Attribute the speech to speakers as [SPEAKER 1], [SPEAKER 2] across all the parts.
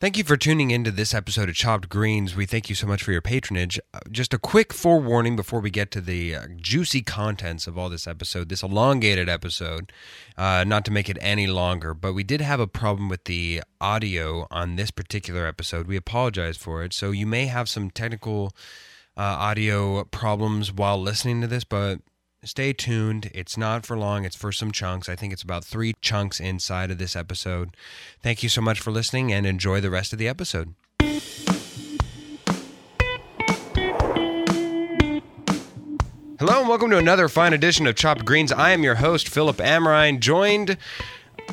[SPEAKER 1] Thank you for tuning into this episode of Chopped Greens. We thank you so much for your patronage. Uh, Just a quick forewarning before we get to the uh, juicy contents of all this episode, this elongated episode, uh, not to make it any longer, but we did have a problem with the audio on this particular episode. We apologize for it. So you may have some technical uh, audio problems while listening to this, but stay tuned. It's not for long, it's for some chunks. I think it's about three chunks inside of this episode. Thank you so much for listening and enjoy the rest of the episode. Hello and welcome to another fine edition of Chopped Greens. I am your host, Philip Amrine, joined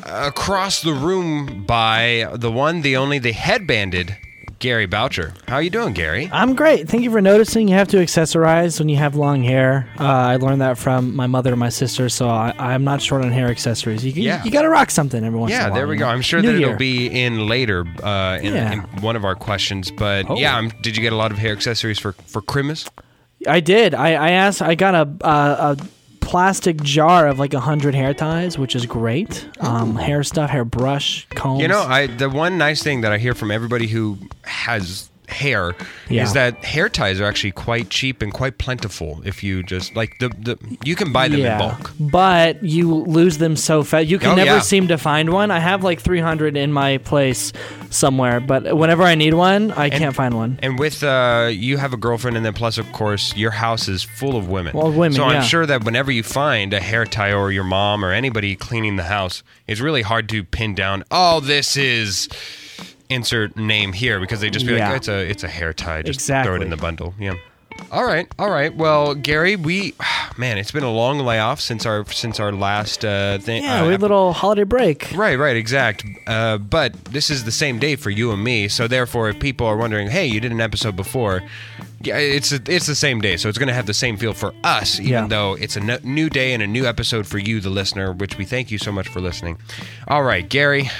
[SPEAKER 1] across the room by the one, the only, the headbanded Gary Boucher. How you doing, Gary?
[SPEAKER 2] I'm great. Thank you for noticing. You have to accessorize when you have long hair. Uh, I learned that from my mother and my sister, so I, I'm not short on hair accessories. You, you-
[SPEAKER 1] Yeah.
[SPEAKER 2] you, got to rock something every once in a
[SPEAKER 1] Yeah,
[SPEAKER 2] while.
[SPEAKER 1] there we
[SPEAKER 2] you
[SPEAKER 1] go.
[SPEAKER 2] know?
[SPEAKER 1] I'm sure
[SPEAKER 2] New
[SPEAKER 1] that
[SPEAKER 2] year.
[SPEAKER 1] it'll be in later uh, in,
[SPEAKER 2] Yeah.
[SPEAKER 1] in one of our questions. But
[SPEAKER 2] Oh.
[SPEAKER 1] yeah, um, did you get a lot of hair accessories for for Christmas?
[SPEAKER 2] I did. I, I asked. I got a, a, a plastic jar of like a hundred hair ties, which is great. Um, hair stuff, hair brush, combs.
[SPEAKER 1] You know, I the one nice thing that I hear from everybody who has hair
[SPEAKER 2] Yeah.
[SPEAKER 1] is that hair ties are actually quite cheap and quite plentiful if you just like the, the you can buy them
[SPEAKER 2] yeah,
[SPEAKER 1] in bulk.
[SPEAKER 2] but you lose them so fast. You can
[SPEAKER 1] Oh,
[SPEAKER 2] never
[SPEAKER 1] yeah.
[SPEAKER 2] seem to find one. I have like 300 in my place somewhere, but whenever I need one, I can't find one.
[SPEAKER 1] And with uh, you have a girlfriend, and then plus, of course, your house is full of women.
[SPEAKER 2] Well, women,
[SPEAKER 1] So
[SPEAKER 2] yeah.
[SPEAKER 1] I'm sure that whenever you find a hair tie or your mom or anybody cleaning the house, it's really hard to pin down. Oh, this is insert name here because they just be
[SPEAKER 2] Yeah.
[SPEAKER 1] like, "Oh, it's a it's a hair tie. Just throw it
[SPEAKER 2] Exactly.
[SPEAKER 1] in the bundle. Yeah. All right, all right. Well, Gary, we man, it's been a long layoff since our since our last uh, thing.
[SPEAKER 2] Yeah,
[SPEAKER 1] uh,
[SPEAKER 2] we had a little holiday break.
[SPEAKER 1] Right, right, exact. Uh, but this is the same day for you and me, so therefore, if people are wondering, "Hey, you did an episode before," yeah, it's it's the same day, so it's going to have the same feel for us, even
[SPEAKER 2] Yeah.
[SPEAKER 1] though it's a n- new day and a new episode for you, the listener. Which we thank you so much for listening. All right, Gary,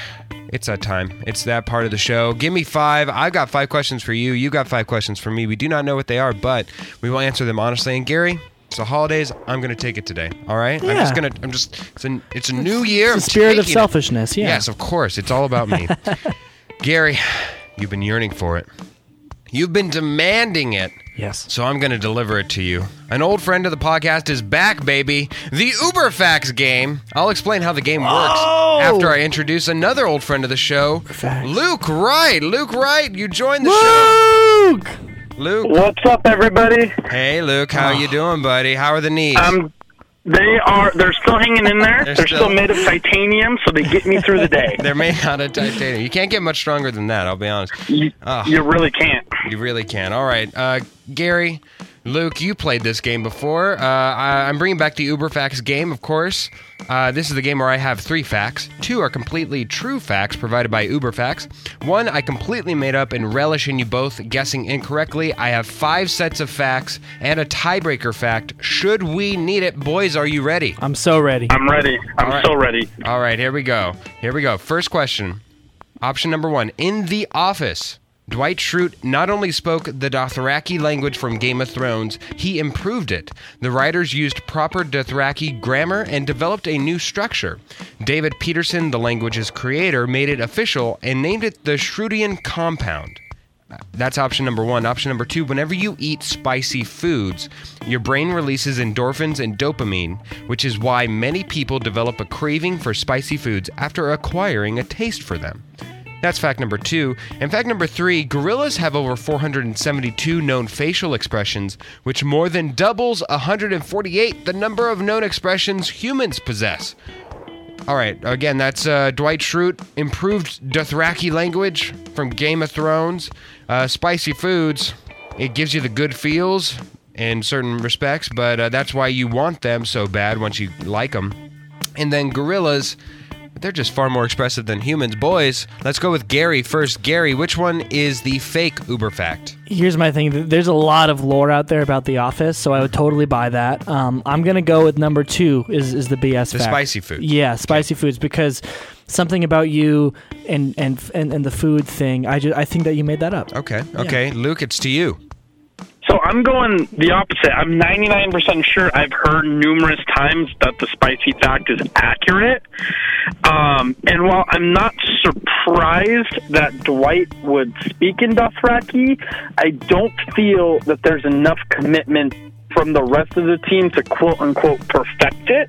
[SPEAKER 1] it's that time. It's that part of the show. Give me five. I've got five questions for you. You got five questions for me. We do not know what they are, but we will answer them honestly. And Gary. It's the holidays. I'm gonna take it today. All right. I'm just
[SPEAKER 2] Yeah.
[SPEAKER 1] gonna. I'm just. It's a. It's a new year.
[SPEAKER 2] The
[SPEAKER 1] I'm
[SPEAKER 2] spirit of
[SPEAKER 1] taking it.
[SPEAKER 2] selfishness. Yeah.
[SPEAKER 1] Yes, of course. It's all about me. Gary, you've been yearning for it. You've been demanding it.
[SPEAKER 2] Yes.
[SPEAKER 1] So I'm going to deliver it to you. An old friend of the podcast is back, baby. The Uberfax game. I'll explain how the game works after I introduce another old friend of the show,
[SPEAKER 2] Fax.
[SPEAKER 1] Luke Wright. Luke Wright, you joined the
[SPEAKER 2] Luke!
[SPEAKER 1] show. Luke.
[SPEAKER 3] What's up, everybody?
[SPEAKER 1] Hey, Luke. How
[SPEAKER 2] Oh.
[SPEAKER 1] you doing, buddy? How are the knees?
[SPEAKER 3] Um, they are. They're still hanging in there.
[SPEAKER 1] They're
[SPEAKER 3] They're,
[SPEAKER 1] still-
[SPEAKER 3] still... made of titanium, so they get me through the day.
[SPEAKER 1] They're made out of titanium. You can't get much stronger than that, I'll be honest.
[SPEAKER 3] you,
[SPEAKER 1] Ah.
[SPEAKER 3] you really can't.
[SPEAKER 1] You really can. All right, uh, Gary, Luke, you played this game before. Uh, I, I'm bringing back the Uberfax game, of course. Uh, this is the game where I have three facts. Two are completely true facts provided by Uberfax. One I completely made up and relish in you both guessing incorrectly. I have five sets of facts and a tiebreaker fact. Should we need it, boys? Are you ready?
[SPEAKER 2] I'm so ready.
[SPEAKER 3] I'm ready. I'm
[SPEAKER 1] right.
[SPEAKER 3] so ready.
[SPEAKER 1] All right, here we go. Here we go. First question. Option number one. In The Office, Dwight Schrute not only spoke the Dothraki language from Game of Thrones, he improved it. The writers used proper Dothraki grammar and developed a new structure. David Peterson, the language's creator, made it official and named it the Schrutian Compound. That's option number one. Option number two whenever you eat spicy foods, your brain releases endorphins and dopamine, which is why many people develop a craving for spicy foods after acquiring a taste for them. That's fact number two. And fact number three gorillas have over 472 known facial expressions, which more than doubles 148 the number of known expressions humans possess. All right, again, that's uh, Dwight Schrute. Improved Dothraki language from Game of Thrones. Uh, spicy foods. It gives you the good feels in certain respects, but uh, that's why you want them so bad once you like them. And then gorillas, they're just far more expressive than humans. Boys, let's go with Gary first. Gary, which one is the fake Uber fact?
[SPEAKER 2] Here's my thing. Th- There's a lot of lore out there about The Office, so I would totally buy that. Um, I'm going to go with number two is, is the BS
[SPEAKER 1] The
[SPEAKER 2] fact.
[SPEAKER 1] spicy food.
[SPEAKER 2] Yeah, spicy foods, because something about you and and, and, and the food thing, I, ju- I think that you made that up.
[SPEAKER 1] Okay, okay. Luke, it's to you.
[SPEAKER 3] So I'm going the opposite. I'm 99% sure I've heard numerous times that the spicy fact is accurate. Um, and while I'm not surprised that Dwight would speak in Dothraki, I don't feel that there's enough commitment from the rest of the team to quote unquote perfect it.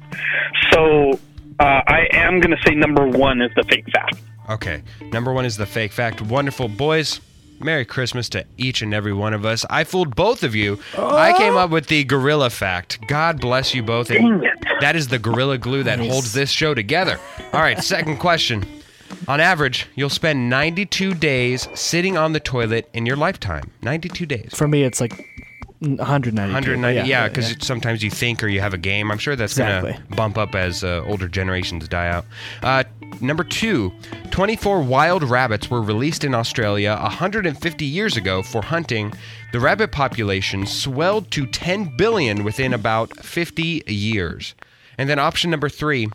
[SPEAKER 3] So uh, I am going to say number one is the fake fact.
[SPEAKER 1] Okay. Number one is the fake fact. Wonderful, boys. Merry Christmas to each and every one of us. I fooled both of you. I came up with the gorilla fact. God bless you both. And
[SPEAKER 3] Dang it.
[SPEAKER 1] that is the gorilla glue that holds this show together. All right, second question. On average, you'll spend 92 days sitting on the toilet in your lifetime. 92 days.
[SPEAKER 4] For me, it's like 190.
[SPEAKER 1] 190 yeah because sometimes you think or you have a game i'm sure that's gonna
[SPEAKER 4] Exactly.
[SPEAKER 1] bump up as uh, older generations die out uh, number two 24 wild rabbits were released in australia 150 years ago for hunting the rabbit population swelled to 10 billion within about 50 years and then option number three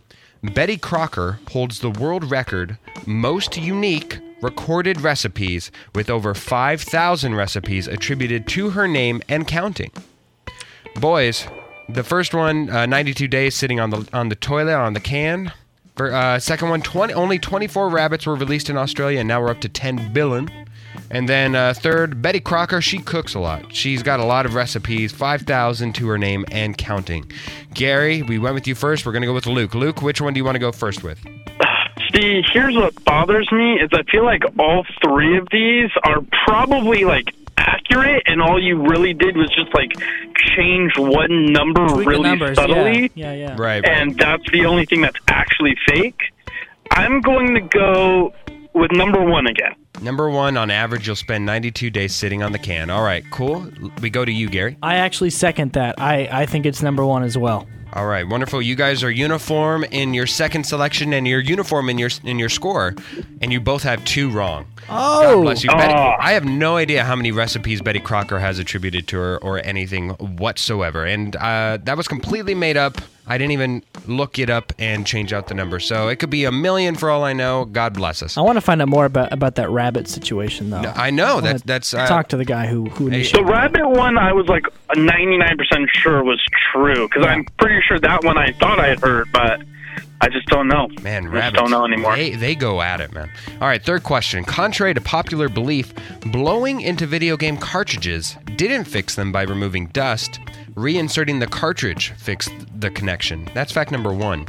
[SPEAKER 1] betty crocker holds the world record most unique recorded recipes with over 5000 recipes attributed to her name and counting Boys, the first one, uh, 92 days sitting on the on the toilet on the can. For, uh, second one, 20, only 24 rabbits were released in Australia, and now we're up to 10 billion. And then uh, third, Betty Crocker, she cooks a lot. She's got a lot of recipes, 5,000 to her name and counting. Gary, we went with you first. We're going to go with Luke. Luke, which one do you want to go first with?
[SPEAKER 3] See, here's what bothers me is I feel like all three of these are probably like accurate, and all you really did was just like change one number
[SPEAKER 4] Tweak the
[SPEAKER 3] really
[SPEAKER 4] numbers,
[SPEAKER 3] subtly,
[SPEAKER 4] Yeah, yeah. yeah.
[SPEAKER 1] Right.
[SPEAKER 3] and that's the only thing that's actually fake. I'm going to go with number one again.
[SPEAKER 1] Number one, on average, you'll spend 92 days sitting on the can. All right, cool. We go to you, Gary.
[SPEAKER 4] I actually second that. I, I think it's number one as well.
[SPEAKER 1] All right, wonderful. You guys are uniform in your second selection and your uniform in your in your score, and you both have two wrong. God
[SPEAKER 4] Oh.
[SPEAKER 1] bless you. Betty,
[SPEAKER 3] Oh.
[SPEAKER 1] I have no idea how many recipes Betty Crocker has attributed to her or anything whatsoever, and uh, that was completely made up. I didn't even look it up and change out the number, so it could be a million for all I know. God bless us.
[SPEAKER 4] I want to find out more about, about that rabbit situation, though.
[SPEAKER 1] I know
[SPEAKER 4] wanna
[SPEAKER 1] that that's uh,
[SPEAKER 4] talk to the guy who who
[SPEAKER 3] The
[SPEAKER 4] initiated.
[SPEAKER 3] rabbit one, I was like 99% sure was true because I'm pretty sure that one I thought I had heard, but I just don't know.
[SPEAKER 1] Man,
[SPEAKER 3] I
[SPEAKER 1] rabbits.
[SPEAKER 3] just don't know anymore.
[SPEAKER 1] They, they go at it, man. All right, third question. Contrary to popular belief, blowing into video game cartridges didn't fix them by removing dust. Reinserting the cartridge fixed the connection. That's fact number one.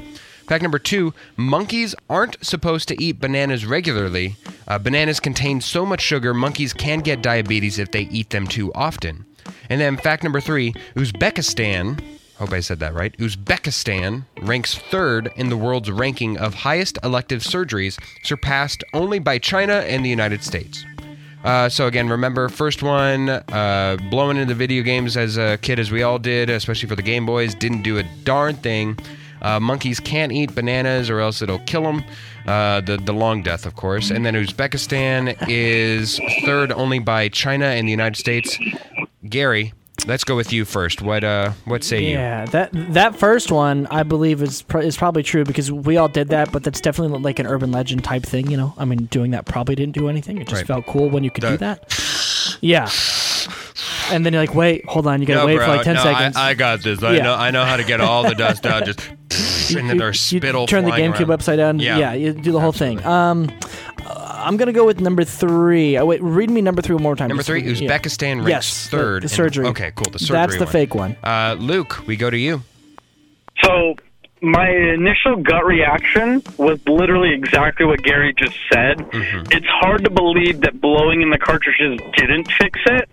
[SPEAKER 1] Fact number two monkeys aren't supposed to eat bananas regularly. Uh, bananas contain so much sugar, monkeys can get diabetes if they eat them too often. And then fact number three Uzbekistan, hope I said that right, Uzbekistan ranks third in the world's ranking of highest elective surgeries, surpassed only by China and the United States. Uh, so again, remember first one, uh, blowing into video games as a kid, as we all did, especially for the Game Boys, didn't do a darn thing. Uh, monkeys can't eat bananas, or else it'll kill them. Uh, the the long death, of course. And then Uzbekistan is third only by China and the United States. Gary, let's go with you first. What uh, what say you?
[SPEAKER 4] Yeah, that that first one I believe is pro- is probably true because we all did that, but that's definitely like an urban legend type thing, you know. I mean, doing that probably didn't do anything. It just
[SPEAKER 1] Right.
[SPEAKER 4] felt cool when you could
[SPEAKER 1] The-
[SPEAKER 4] do that. Yeah. And then you're like, wait, hold on, you gotta wait for like ten seconds.
[SPEAKER 1] I, got this. I
[SPEAKER 4] Yeah.
[SPEAKER 1] know
[SPEAKER 4] know-
[SPEAKER 1] I know how to get all the dust out. Just and then
[SPEAKER 4] You-
[SPEAKER 1] there's
[SPEAKER 4] you
[SPEAKER 1] spittle.
[SPEAKER 4] Turn the GameCube upside down. Yeah, you do the whole thing. Um, uh, I'm gonna go with number three. Oh wait, read me number three one more time.
[SPEAKER 1] Number
[SPEAKER 4] Just-
[SPEAKER 1] three,
[SPEAKER 4] yeah.
[SPEAKER 1] Uzbekistan ranks
[SPEAKER 4] Yes, the-
[SPEAKER 1] third.
[SPEAKER 4] The,
[SPEAKER 1] in-
[SPEAKER 4] surgery.
[SPEAKER 1] okay, cool. The surgery.
[SPEAKER 4] That's the
[SPEAKER 1] one.
[SPEAKER 4] fake one.
[SPEAKER 1] Uh, Luke, we go to you.
[SPEAKER 3] So my initial gut reaction was literally exactly what Gary just said. It's hard to believe that blowing in the cartridges didn't fix it.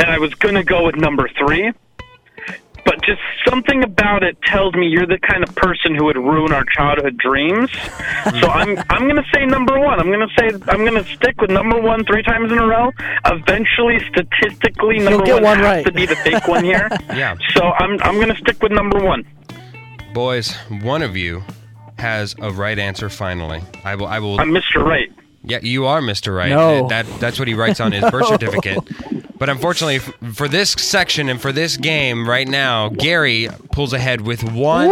[SPEAKER 3] And I was going to go with number 3. But just something about it tells me you're the kind of person who would ruin our childhood dreams. so I'm I'm going to say number 1. I'm going to say I'm going to stick with number 1 3 times in a row. Eventually statistically number
[SPEAKER 4] get
[SPEAKER 3] 1,
[SPEAKER 4] one
[SPEAKER 3] has
[SPEAKER 4] right.
[SPEAKER 3] to be the fake one here.
[SPEAKER 1] Yeah.
[SPEAKER 3] So I'm I'm going to stick with number 1.
[SPEAKER 1] Boys, one of you has a right answer finally. I will I will
[SPEAKER 3] I'm Mr. Right.
[SPEAKER 1] Yeah, you are Mr. Right.
[SPEAKER 4] No.
[SPEAKER 1] That that's what he writes on his birth certificate. But unfortunately, f- for this section and for this game right now, Gary pulls ahead with one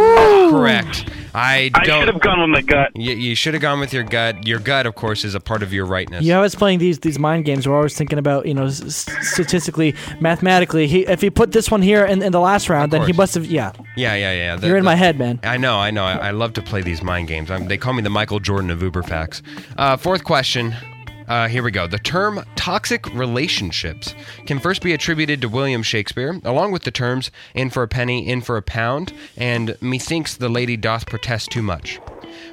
[SPEAKER 1] correct. I
[SPEAKER 3] I should
[SPEAKER 1] don't.
[SPEAKER 3] have gone with my gut.
[SPEAKER 1] You, you should have gone with your gut. Your gut, of course, is a part of your rightness.
[SPEAKER 2] You know, it's playing these these mind games. We're always thinking about you know s- s- statistically, mathematically. He, if he put this one here in, in the last round, then he
[SPEAKER 1] course.
[SPEAKER 2] must have. Yeah,
[SPEAKER 1] Yeah, yeah, yeah. The-
[SPEAKER 2] you're in
[SPEAKER 1] the-
[SPEAKER 2] my head, man.
[SPEAKER 1] I know, I know. I, I love to play these mind games. i they call me the Michael Jordan of Uberfax. Uh, fourth question. Uh, here we go. The term toxic relationships can first be attributed to William Shakespeare, along with the terms in for a penny, in for a pound, and methinks the lady doth protest too much.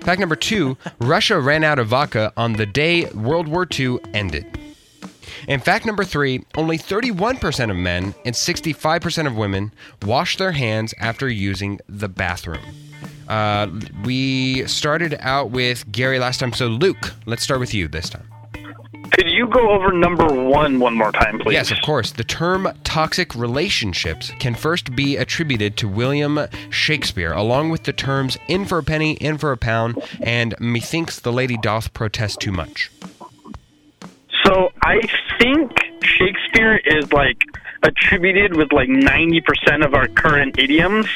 [SPEAKER 1] Fact number two Russia ran out of vodka on the day World War II ended. And fact number three only 31% of men and 65% of women wash their hands after using the bathroom. Uh, we started out with Gary last time, so Luke, let's start with you this time.
[SPEAKER 3] Could you go over number one one more time, please?
[SPEAKER 1] Yes, of course. The term toxic relationships can first be attributed to William Shakespeare, along with the terms in for a penny, in for a pound, and methinks the lady doth protest too much.
[SPEAKER 3] So I think Shakespeare is like attributed with like 90% of our current idioms.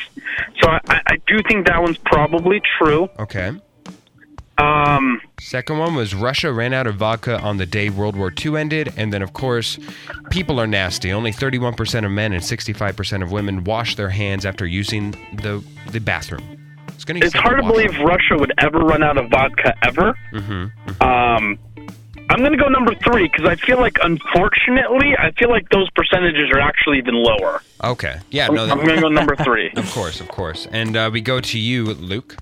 [SPEAKER 3] So I, I I do think that one's probably true.
[SPEAKER 1] Okay.
[SPEAKER 3] Um,
[SPEAKER 1] Second one was Russia ran out of vodka on the day World War II ended. And then, of course, people are nasty. Only 31% of men and 65% of women wash their hands after using the, the bathroom. It's, gonna
[SPEAKER 3] it's hard to believe Russia would ever run out of vodka ever. Mm-hmm. Um, I'm going to go number three because I feel like, unfortunately, I feel like those percentages are actually even lower.
[SPEAKER 1] Okay. Yeah,
[SPEAKER 3] I'm,
[SPEAKER 1] no, that,
[SPEAKER 3] going to go number three.
[SPEAKER 1] of course, of course. And uh, we go to you, Luke.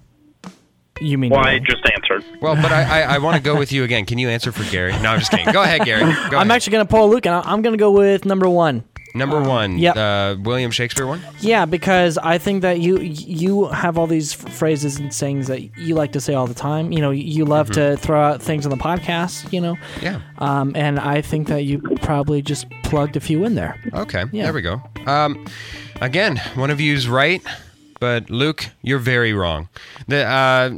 [SPEAKER 2] You mean
[SPEAKER 3] Well, I
[SPEAKER 2] no.
[SPEAKER 3] just answered.
[SPEAKER 1] Well, but I, I, I want to go with you again. Can you answer for Gary? No, I'm just kidding. Go ahead, Gary. Go
[SPEAKER 2] I'm
[SPEAKER 1] ahead.
[SPEAKER 2] actually gonna pull Luke, and I- I'm gonna go with number one.
[SPEAKER 1] Number one,
[SPEAKER 2] yep.
[SPEAKER 1] uh, William Shakespeare one?
[SPEAKER 2] Yeah, because I think that you you have all these f- phrases and sayings that you like to say all the time. You know, you love to throw out things on the podcast. You know,
[SPEAKER 1] Mm-hmm. Yeah.
[SPEAKER 2] um, and I think that you probably just plugged a few in there.
[SPEAKER 1] Okay,
[SPEAKER 2] Yeah.
[SPEAKER 1] there we go. Um, again, one of you's right, but Luke, you're very wrong. The uh,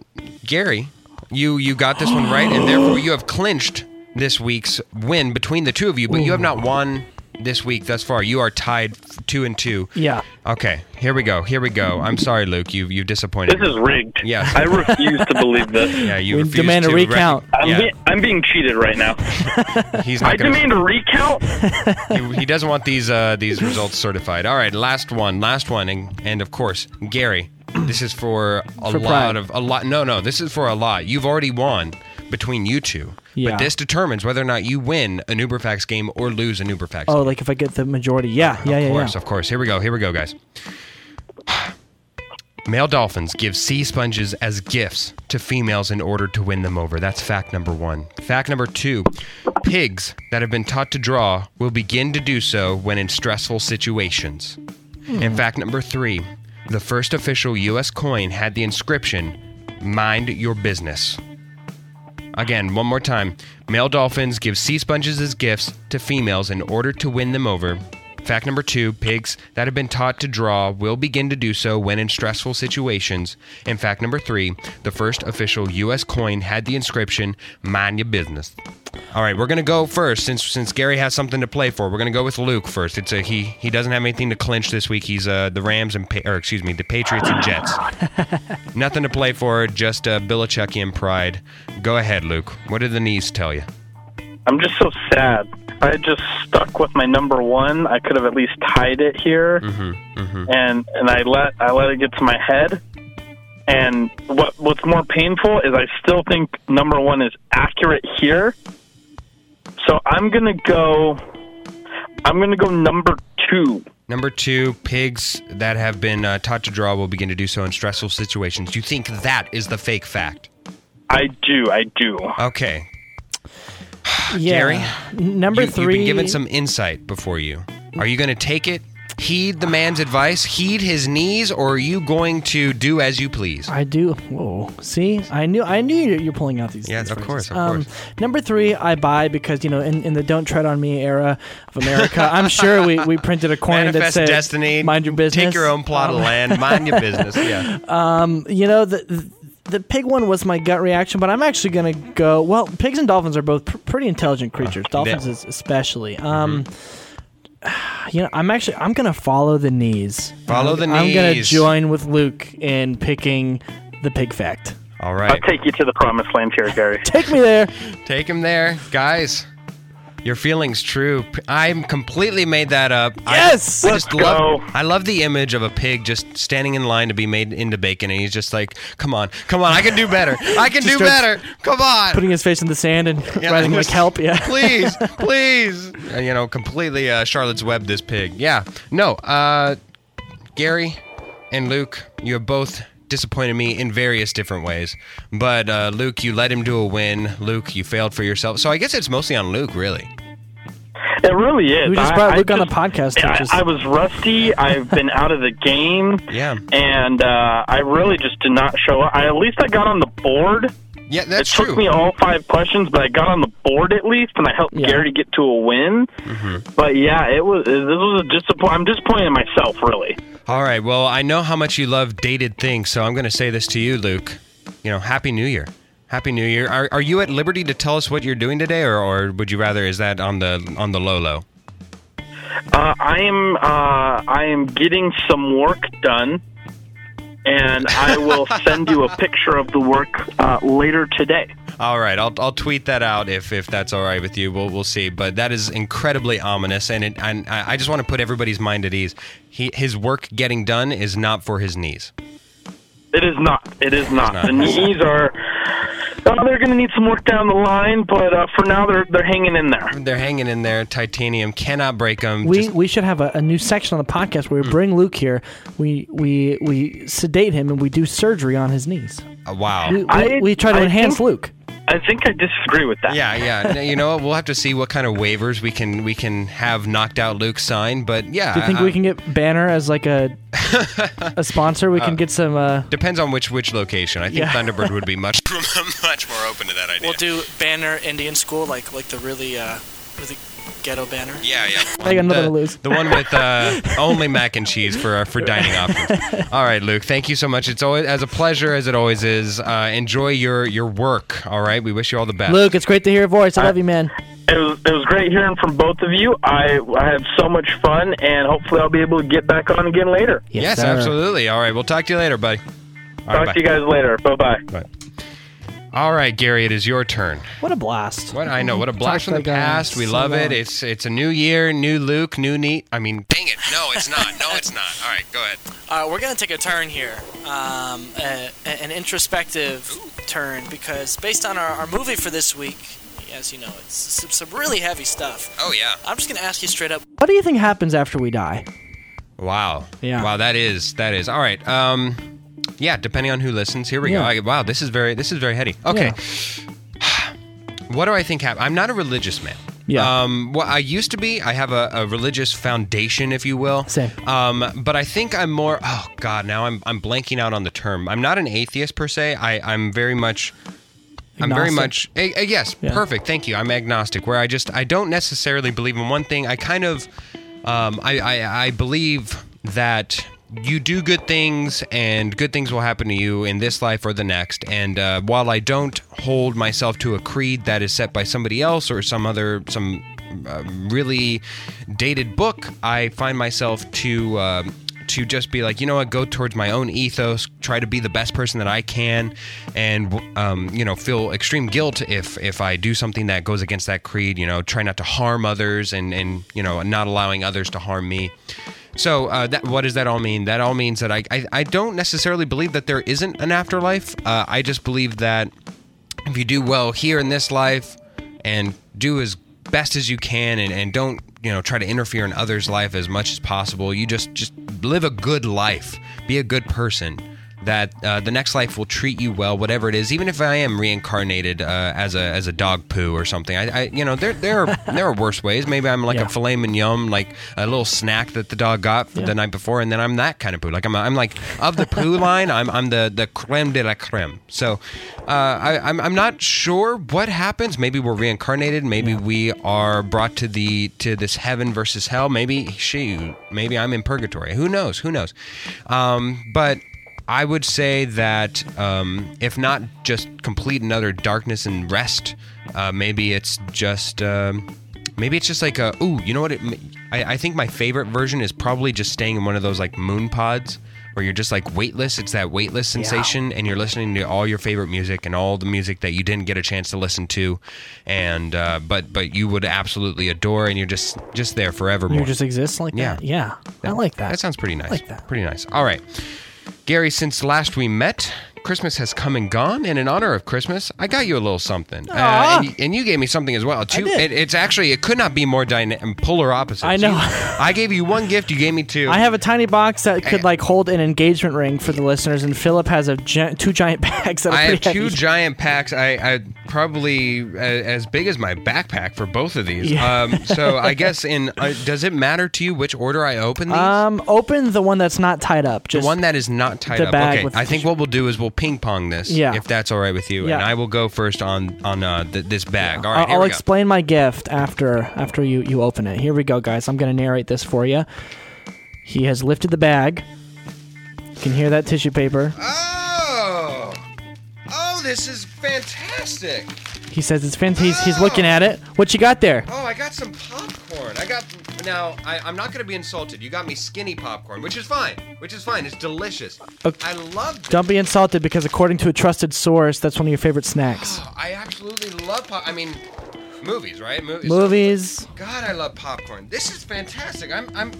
[SPEAKER 1] Gary, you you got this one right, and therefore you have clinched this week's win between the two of you. But you have not won this week thus far. You are tied f- two and two.
[SPEAKER 2] Yeah.
[SPEAKER 1] Okay, here we go. Here we go. I'm sorry, Luke. You you disappointed.
[SPEAKER 3] This
[SPEAKER 1] me.
[SPEAKER 3] is rigged.
[SPEAKER 1] Yes.
[SPEAKER 3] I refuse to believe this.
[SPEAKER 1] yeah, you
[SPEAKER 2] We
[SPEAKER 1] refused
[SPEAKER 2] demand a
[SPEAKER 1] to rec-
[SPEAKER 2] recount.
[SPEAKER 3] I'm,
[SPEAKER 1] yeah,
[SPEAKER 3] be- I'm being cheated right now.
[SPEAKER 1] he's
[SPEAKER 3] I
[SPEAKER 1] not going to
[SPEAKER 3] demand a recount.
[SPEAKER 1] he, he doesn't want these uh, these results certified. All right, last one, last one, and, and of course, Gary. This is for a
[SPEAKER 2] For
[SPEAKER 1] lot
[SPEAKER 2] pride.
[SPEAKER 1] of a lot. No, no, this is for a lot. You've already won between you two,
[SPEAKER 2] Yeah.
[SPEAKER 1] but this determines whether or not you win an Uberfax game or lose an Uberfax.
[SPEAKER 2] Oh,
[SPEAKER 1] game.
[SPEAKER 2] like if I get the majority. Yeah, yeah, yeah,
[SPEAKER 1] of
[SPEAKER 2] yeah.
[SPEAKER 1] course, of course. Here we go. Here we go, guys. Male dolphins give sea sponges as gifts to females in order to win them over. That's fact number one. Fact number two pigs that have been taught to draw will begin to do so when in stressful situations.
[SPEAKER 2] Hmm.
[SPEAKER 1] And fact number three the first official U.S. coin had the inscription, Mind Your Business. Again, one more time. Male dolphins give sea sponges as gifts to females in order to win them over. Fact number two pigs that have been taught to draw will begin to do so when in stressful situations. And fact number three the first official U.S. coin had the inscription, Mind Your Business. All right, we're gonna go first since since Gary has something to play for. We're gonna go with Luke first. It's a, he he doesn't have anything to clinch this week. He's uh, the Rams and pa- or excuse me the Patriots and Jets. Nothing to play for, just uh, Bilichuckian pride. Go ahead, Luke. What did the knees tell you?
[SPEAKER 3] I'm just so sad. I just stuck with my number one. I could have at least tied it here,
[SPEAKER 1] Mm-hmm.
[SPEAKER 3] and and I let I let it get to my head. And what what's more painful is I still think number one is accurate here. So I'm gonna go. I'm gonna go number two.
[SPEAKER 1] Number two, pigs that have been uh, taught to draw will begin to do so in stressful situations. You think that is the fake fact?
[SPEAKER 3] I do. I do.
[SPEAKER 1] Okay,
[SPEAKER 2] Yeah.
[SPEAKER 1] Gary,
[SPEAKER 2] number
[SPEAKER 1] you, you've
[SPEAKER 2] three.
[SPEAKER 1] been given some insight before you. Are you going to take it? Heed the man's advice. Heed his knees, or are you going to do as you please?
[SPEAKER 2] I do. Whoa! See, I knew, I knew you're, you're pulling out these.
[SPEAKER 1] Yeah,
[SPEAKER 2] these
[SPEAKER 1] of course,
[SPEAKER 2] phrases.
[SPEAKER 1] of
[SPEAKER 2] um,
[SPEAKER 1] course.
[SPEAKER 2] Number three, I buy because you know, in, in the "Don't Tread on Me" era of America, I'm sure we, we printed a coin
[SPEAKER 1] Manifest
[SPEAKER 2] that said
[SPEAKER 1] destiny.
[SPEAKER 2] "Mind your business." Um,
[SPEAKER 1] Take your own plot of land. Mind your business. Yeah.
[SPEAKER 2] You know the. the the pig one was my gut reaction, but I'm actually gonna go. Well, pigs and dolphins are both pr- pretty intelligent creatures. Dolphins,
[SPEAKER 1] Uh, yeah. Mm-hmm.
[SPEAKER 2] is especially. Um, you know, I'm actually I'm gonna follow the knees.
[SPEAKER 1] Follow the
[SPEAKER 2] I'm gonna
[SPEAKER 1] knees.
[SPEAKER 2] join with Luke in picking the
[SPEAKER 4] the pig fact.
[SPEAKER 1] All
[SPEAKER 3] I'll
[SPEAKER 1] right.
[SPEAKER 3] take you to the promised land here, Gary.
[SPEAKER 4] Take me there.
[SPEAKER 1] Take him there. Guys, your feelings true. P- I'm completely made that up.
[SPEAKER 4] Yes!
[SPEAKER 1] I, I just
[SPEAKER 3] Let's
[SPEAKER 1] love
[SPEAKER 3] go.
[SPEAKER 1] I love the image of a pig just standing in line to be made into bacon and he's just like, "Come on. Come on. I can do better. I can do
[SPEAKER 4] starts
[SPEAKER 1] better. Come on."
[SPEAKER 4] Putting his face in the sand and
[SPEAKER 1] Yeah,
[SPEAKER 4] writing like
[SPEAKER 1] just-
[SPEAKER 4] help. Yeah.
[SPEAKER 1] please, please. Uh, you know, completely uh, Charlotte's Web this pig. Yeah. No, uh, Gary and Luke, you have both disappointed me in various different ways. But uh, Luke, you let him do a win. Luke, you failed for yourself. So I guess it's mostly on Luke, really.
[SPEAKER 3] It really is.
[SPEAKER 4] We just
[SPEAKER 3] I-
[SPEAKER 4] brought
[SPEAKER 3] I
[SPEAKER 4] Luke on the
[SPEAKER 3] just-
[SPEAKER 4] podcast,
[SPEAKER 3] I,
[SPEAKER 4] which is-
[SPEAKER 3] I was rusty. I've been out of the game.
[SPEAKER 1] Yeah.
[SPEAKER 3] And uh, I really just did not show up. I, at least I got on the board.
[SPEAKER 1] Yeah, that's
[SPEAKER 3] it
[SPEAKER 1] true.
[SPEAKER 3] took me all five questions, but I got on the board at least, and I helped
[SPEAKER 4] Yeah.
[SPEAKER 3] Gary get to a win.
[SPEAKER 1] Mm-hmm.
[SPEAKER 3] But yeah, it was. This was a disappoint. I'm disappointed in myself, really.
[SPEAKER 1] all right. Well, I know how much you love dated things, so I'm going to say this to you, Luke. You know, Happy New Year. Happy New Year. Are, are you at liberty to tell us what you're doing today, or, or would you rather is that on the on the low low?
[SPEAKER 3] Uh, I am. Uh, I am getting some work done, and I will send you a picture of the work uh, later today.
[SPEAKER 1] All right, I'll, I'll tweet that out if, if that's all right with you. We'll, we'll see. But that is incredibly ominous, and, it, and I I just want to put everybody's mind at ease. He, his work getting done is not for his knees.
[SPEAKER 3] It is not. It is not.
[SPEAKER 1] not.
[SPEAKER 3] The knees are. Oh, they're going to need some work down the line, but uh, for now they're they're hanging in there.
[SPEAKER 1] They're hanging in there. Titanium cannot break them.
[SPEAKER 4] We, we should have a, a new section on the podcast
[SPEAKER 1] Mm.
[SPEAKER 4] where we bring Luke here. We we we sedate him and we do surgery on his knees. We,
[SPEAKER 1] uh, wow.
[SPEAKER 4] we,
[SPEAKER 3] I-
[SPEAKER 4] we try to
[SPEAKER 3] I
[SPEAKER 4] enhance
[SPEAKER 3] think-
[SPEAKER 4] Luke.
[SPEAKER 3] I think I disagree with that.
[SPEAKER 1] Yeah, yeah. Now, You know what? We'll have to see what kind of waivers we can we can have knocked out Luke sign. But yeah,
[SPEAKER 4] Do you think
[SPEAKER 1] uh,
[SPEAKER 4] we can get Banner as like a a sponsor? We can get some. Uh,
[SPEAKER 1] Depends on which which location. I think
[SPEAKER 4] Yeah.
[SPEAKER 1] Thunderbird would be much much more open to that idea.
[SPEAKER 2] We'll do banner Indian school, like like the really uh, really ghetto banner.
[SPEAKER 1] Yeah, yeah.
[SPEAKER 4] I got nothing
[SPEAKER 1] the,
[SPEAKER 4] to lose.
[SPEAKER 1] The one with uh, only mac and cheese for uh, for dining options. All right, Luke. Thank you so much. It's always as a pleasure as it always is. Uh, enjoy your your work. All right. We wish you all the best.
[SPEAKER 4] Luke, it's great to hear your voice. I love you, man.
[SPEAKER 3] It was it was great hearing from both of you. I I had so much fun, and hopefully I'll be able to get back on again later.
[SPEAKER 1] Yes,
[SPEAKER 4] sir.
[SPEAKER 1] absolutely. All right. We'll talk to you later, buddy. All
[SPEAKER 3] Talk
[SPEAKER 1] right.
[SPEAKER 3] to you guys later. Bye bye.
[SPEAKER 1] bye. Bye. All right, Gary. It is your turn.
[SPEAKER 4] What a blast!
[SPEAKER 1] What I know. What a blast from the
[SPEAKER 4] that guy
[SPEAKER 1] past. We
[SPEAKER 4] so
[SPEAKER 1] love
[SPEAKER 4] long.
[SPEAKER 1] it. It's it's a new year, new Luke, new neat. I mean, dang it. No, it's not. No, it's not. All right. Go ahead.
[SPEAKER 2] Uh, we're gonna take a turn here, um, a, a- an introspective turn because based on our, our movie for this week, as you know, it's some, some really heavy stuff.
[SPEAKER 1] Oh yeah.
[SPEAKER 2] I'm just gonna ask you straight up.
[SPEAKER 4] What do you think happens after we die?
[SPEAKER 1] Wow.
[SPEAKER 4] Yeah.
[SPEAKER 1] Wow, that is that is. All right. Um yeah, depending on who listens. Here we
[SPEAKER 4] Yeah.
[SPEAKER 1] go. I, wow, this is very this is very heady. Okay. what do I think happened? I'm not a religious man.
[SPEAKER 4] Yeah.
[SPEAKER 1] Um, well, I used to be. I have a, a religious foundation, if you will.
[SPEAKER 4] Same.
[SPEAKER 1] Um, but I think I'm more. Oh God, now I'm I'm blanking out on the term. I'm not an atheist per se. I I'm very much. I'm very much
[SPEAKER 4] Agnostic?
[SPEAKER 1] eh, eh, yes,
[SPEAKER 4] Yeah.
[SPEAKER 1] perfect. Thank you. I'm agnostic, where I just I don't necessarily believe in one thing. I kind of um, I, I I believe that you do good things and good things will happen to you in this life or the next. And uh, while I don't hold myself to a creed that is set by somebody else or some other some uh, really dated book, I find myself to. um to just be like, you know what, go towards my own ethos, try to be the best person that I can, and um, you know, feel extreme guilt if if I do something that goes against that creed. You know, try not to harm others, and and you know, not allowing others to harm me. So, uh, that, what does that all mean? That all means that I, I, I don't necessarily believe that there isn't an afterlife. Uh, I just believe that if you do well here in this life and do as best as you can and, and don't you know try to interfere in others life as much as possible you just just live a good life be a good person that uh, the next life will treat you well whatever it is even if i am reincarnated uh, as a as a dog poo or something i, I you know there there are there are worse ways maybe i'm like
[SPEAKER 4] Yeah.
[SPEAKER 1] a filet mignon like a little snack that the dog got the night before and then i'm that kind of poo like i'm, a, I'm like of the poo line i'm, I'm the the creme de la creme so uh, I, I'm, I'm not sure what happens maybe we're reincarnated maybe we are brought to the to this heaven versus hell maybe she maybe i'm in purgatory who knows who knows um, but I would say that um, if not just complete another darkness and rest, uh, maybe it's just um, maybe it's just like a ooh, you know what? It, I, I think my favorite version is probably just staying in one of those like moon pods where you're just like weightless. It's that weightless sensation, and you're listening to all your favorite music and all the music that you didn't get a chance to listen to, and uh, but but you would absolutely adore, and you're just just there forevermore.
[SPEAKER 2] You just exist like
[SPEAKER 1] Yeah.
[SPEAKER 2] that. Yeah, I like that.
[SPEAKER 1] That sounds pretty nice.
[SPEAKER 2] like that.
[SPEAKER 1] Pretty nice. All right. Gary, since last we met, Christmas has come and gone, and in honor of Christmas, I got you a little something, uh,
[SPEAKER 2] Aw.
[SPEAKER 1] and, y- and you gave me something as well. Two,
[SPEAKER 2] did.
[SPEAKER 1] It, it's actually it could not be more dyna- polar opposites.
[SPEAKER 2] I know.
[SPEAKER 1] You- I gave you one gift, you gave me two.
[SPEAKER 2] I have a tiny box that could like hold an engagement ring for the listeners, and Philip has a gi- two giant bags that are
[SPEAKER 1] I have
[SPEAKER 2] pretty
[SPEAKER 1] two
[SPEAKER 2] heavy.
[SPEAKER 1] giant packs. I, I probably a- as big as my backpack for both of these.
[SPEAKER 2] Yeah.
[SPEAKER 1] Um, so I guess in uh, does it matter to you which order I open these?
[SPEAKER 2] um, open the one that's not tied up. Just
[SPEAKER 1] the one that is not tied
[SPEAKER 2] the
[SPEAKER 1] up.
[SPEAKER 2] bag
[SPEAKER 1] Okay,
[SPEAKER 2] with
[SPEAKER 1] I
[SPEAKER 2] the
[SPEAKER 1] think
[SPEAKER 2] tissue.
[SPEAKER 1] what we'll do is we'll ping pong this,
[SPEAKER 2] Yeah.
[SPEAKER 1] if that's all right with you, and
[SPEAKER 2] Yeah.
[SPEAKER 1] I will go first on on uh, th- this bag. All right,
[SPEAKER 2] I'll,
[SPEAKER 1] here
[SPEAKER 2] I'll
[SPEAKER 1] we
[SPEAKER 2] explain my gift after after you you open it. Here we go, guys. I'm gonna narrate this for you. He has lifted the bag. You can hear that tissue paper.
[SPEAKER 1] go. Oh, oh, this is fantastic!
[SPEAKER 2] He says it's fantastic. He's, he's looking at it. What you got there?
[SPEAKER 1] Oh, I got some popcorn. I got now. I, I'm not going to be insulted. You got me skinny popcorn, which is fine. Which is fine. It's delicious.
[SPEAKER 2] Okay.
[SPEAKER 1] I love. This.
[SPEAKER 2] Don't be insulted because according to a trusted source, that's one of your favorite snacks.
[SPEAKER 1] Oh, I absolutely love pop. I mean, movies, right? Movies.
[SPEAKER 2] Movies.
[SPEAKER 1] God, I love popcorn. This is fantastic. I'm I'm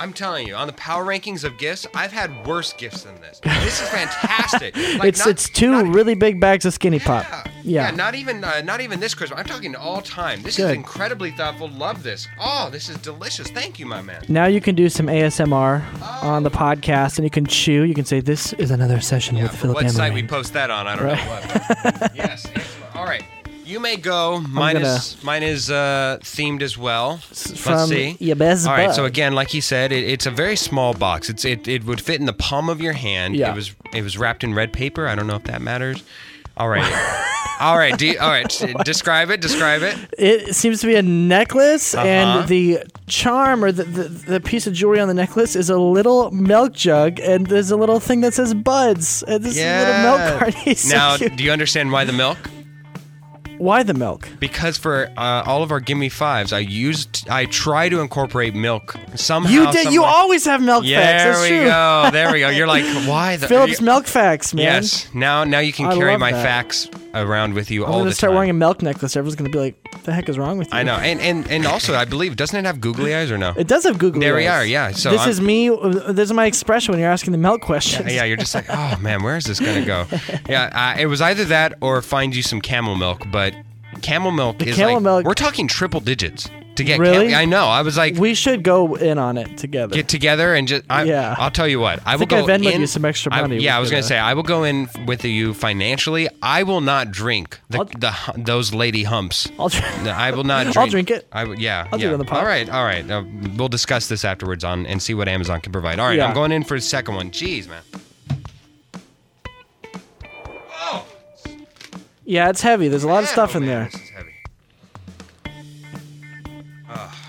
[SPEAKER 1] I'm telling you, on the power rankings of gifts, I've had worse gifts than this. This is fantastic. Like,
[SPEAKER 2] it's
[SPEAKER 1] not-
[SPEAKER 2] it's two
[SPEAKER 1] not-
[SPEAKER 2] really big bags of skinny pop.
[SPEAKER 1] yeah,
[SPEAKER 2] Yeah.
[SPEAKER 1] Not even uh, not even this Christmas. I'm talking all time. This is
[SPEAKER 2] Good.
[SPEAKER 1] incredibly thoughtful. Love this. Oh, this is delicious. Thank you, my man.
[SPEAKER 2] now you can do some ASMR on the podcast, and you can chew. You can say, "This is another session with
[SPEAKER 1] For
[SPEAKER 2] Philip
[SPEAKER 1] what site
[SPEAKER 2] Ammerman."
[SPEAKER 1] we post that on? I don't know what. yes. ASMR. All right. You may go. Mine is mine is uh, themed as well. Let's
[SPEAKER 2] from
[SPEAKER 1] see.
[SPEAKER 2] your best
[SPEAKER 1] All right. So
[SPEAKER 2] bud.
[SPEAKER 1] again, like he said, it, it's a very small box. It's it, it would fit in the palm of your hand.
[SPEAKER 2] Yeah.
[SPEAKER 1] It was it was wrapped in red paper. I don't know if that matters. All right. all right. Do you- all right. s- Describe it. Describe it.
[SPEAKER 2] It seems to be a necklace,
[SPEAKER 1] Uh-huh.
[SPEAKER 2] and the charm or the, the, the piece of jewelry on the necklace is a little milk jug, and there's a little thing that says buds. And this little milk carton. He's so
[SPEAKER 1] now,
[SPEAKER 2] cute.
[SPEAKER 1] do you understand why the milk?
[SPEAKER 2] Why the milk?
[SPEAKER 1] Because for uh, all of our gimme fives, I used I try to incorporate milk somehow.
[SPEAKER 2] You did. You
[SPEAKER 1] somewhere.
[SPEAKER 2] always have milk facts.
[SPEAKER 1] Yeah,
[SPEAKER 2] That's
[SPEAKER 1] There we
[SPEAKER 2] true.
[SPEAKER 1] go. There we go. You're like, why the
[SPEAKER 2] Phillips
[SPEAKER 1] you-
[SPEAKER 2] milk facts, man.
[SPEAKER 1] Yes. Now, now you can
[SPEAKER 2] I
[SPEAKER 1] carry
[SPEAKER 2] love
[SPEAKER 1] my
[SPEAKER 2] that.
[SPEAKER 1] facts around with you
[SPEAKER 2] I'm
[SPEAKER 1] all
[SPEAKER 2] gonna
[SPEAKER 1] the
[SPEAKER 2] start
[SPEAKER 1] time.
[SPEAKER 2] wearing a milk necklace. Everyone's gonna be like, "The heck is wrong with you?"
[SPEAKER 1] I know, and and and also, I believe doesn't it have googly eyes or no?
[SPEAKER 2] It does have Google.
[SPEAKER 1] There we are, yeah, so
[SPEAKER 2] this
[SPEAKER 1] I'm-
[SPEAKER 2] is me. This is my expression when you're asking the milk questions.
[SPEAKER 1] yeah, you're just like, oh man, where is this gonna go? Yeah, uh, it was either that or find you some camel milk, but camel milk is
[SPEAKER 2] camel
[SPEAKER 1] like
[SPEAKER 2] milk-
[SPEAKER 1] we're talking triple digits to get.
[SPEAKER 2] Really?
[SPEAKER 1] cam- I know. I was like,
[SPEAKER 2] We should go in on it together.
[SPEAKER 1] get together and just. I,
[SPEAKER 2] Yeah.
[SPEAKER 1] I'll tell you what. I,
[SPEAKER 2] think
[SPEAKER 1] will
[SPEAKER 2] I
[SPEAKER 1] go
[SPEAKER 2] Venmoed
[SPEAKER 1] in.
[SPEAKER 2] you some extra
[SPEAKER 1] I-
[SPEAKER 2] money.
[SPEAKER 1] yeah,
[SPEAKER 2] We
[SPEAKER 1] I was gonna
[SPEAKER 2] could, uh,
[SPEAKER 1] say I will go in f- with you financially. I will not drink the, the hu- those lady humps.
[SPEAKER 2] I'll try.
[SPEAKER 1] No, I will not. Drink.
[SPEAKER 2] I'll drink it.
[SPEAKER 1] I w- yeah.
[SPEAKER 2] I'll do
[SPEAKER 1] yeah.
[SPEAKER 2] it on the pod.
[SPEAKER 1] All right, all right. Uh, we'll discuss this afterwards on and see what Amazon can provide. All right,
[SPEAKER 2] Yeah.
[SPEAKER 1] I'm going in for the second one. Jeez, man. Oh,
[SPEAKER 2] Yeah, it's heavy. There's a lot of stuff in there.
[SPEAKER 1] This is heavy. Ah.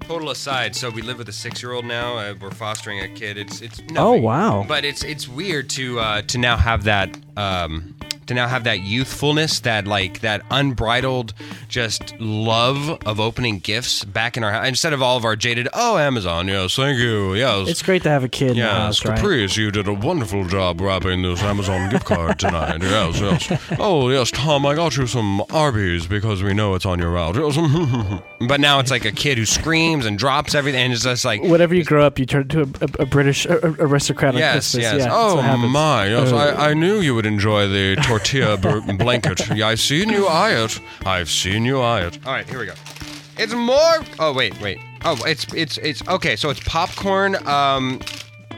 [SPEAKER 1] Total aside, so we live with a six-year-old now. Uh, we're fostering a kid. It's it's
[SPEAKER 2] Oh,
[SPEAKER 1] nothing.
[SPEAKER 2] wow.
[SPEAKER 1] But it's it's weird to uh, to now have that um, to now have that youthfulness, that like that unbridled just love of opening gifts back in our house instead of all of our jaded oh Amazon yes thank you yes
[SPEAKER 2] It's great to have a kid. in the
[SPEAKER 1] Yes,
[SPEAKER 2] house, right?
[SPEAKER 1] Caprice, you did a wonderful job wrapping this Amazon gift card tonight. Yes, yes. Oh, yes, Tom, I got you some Arby's because we know it's on your route. Yes. but now it's like a kid who screams and drops everything, and it's just like,
[SPEAKER 2] Whatever you grow up, you turn into a, a, a British a- a- aristocrat on
[SPEAKER 1] yes,
[SPEAKER 2] Christmas.
[SPEAKER 1] yes.
[SPEAKER 2] Yeah, that's
[SPEAKER 1] oh,
[SPEAKER 2] what happens. Uh,
[SPEAKER 1] my, yes. I, I knew you would enjoy the tortilla b- blanket. Yeah, I've seen you eye it. I've seen you eye it. All right, here we go. It's more. Oh, wait, wait. Oh, it's it's it's okay. So it's popcorn. Um,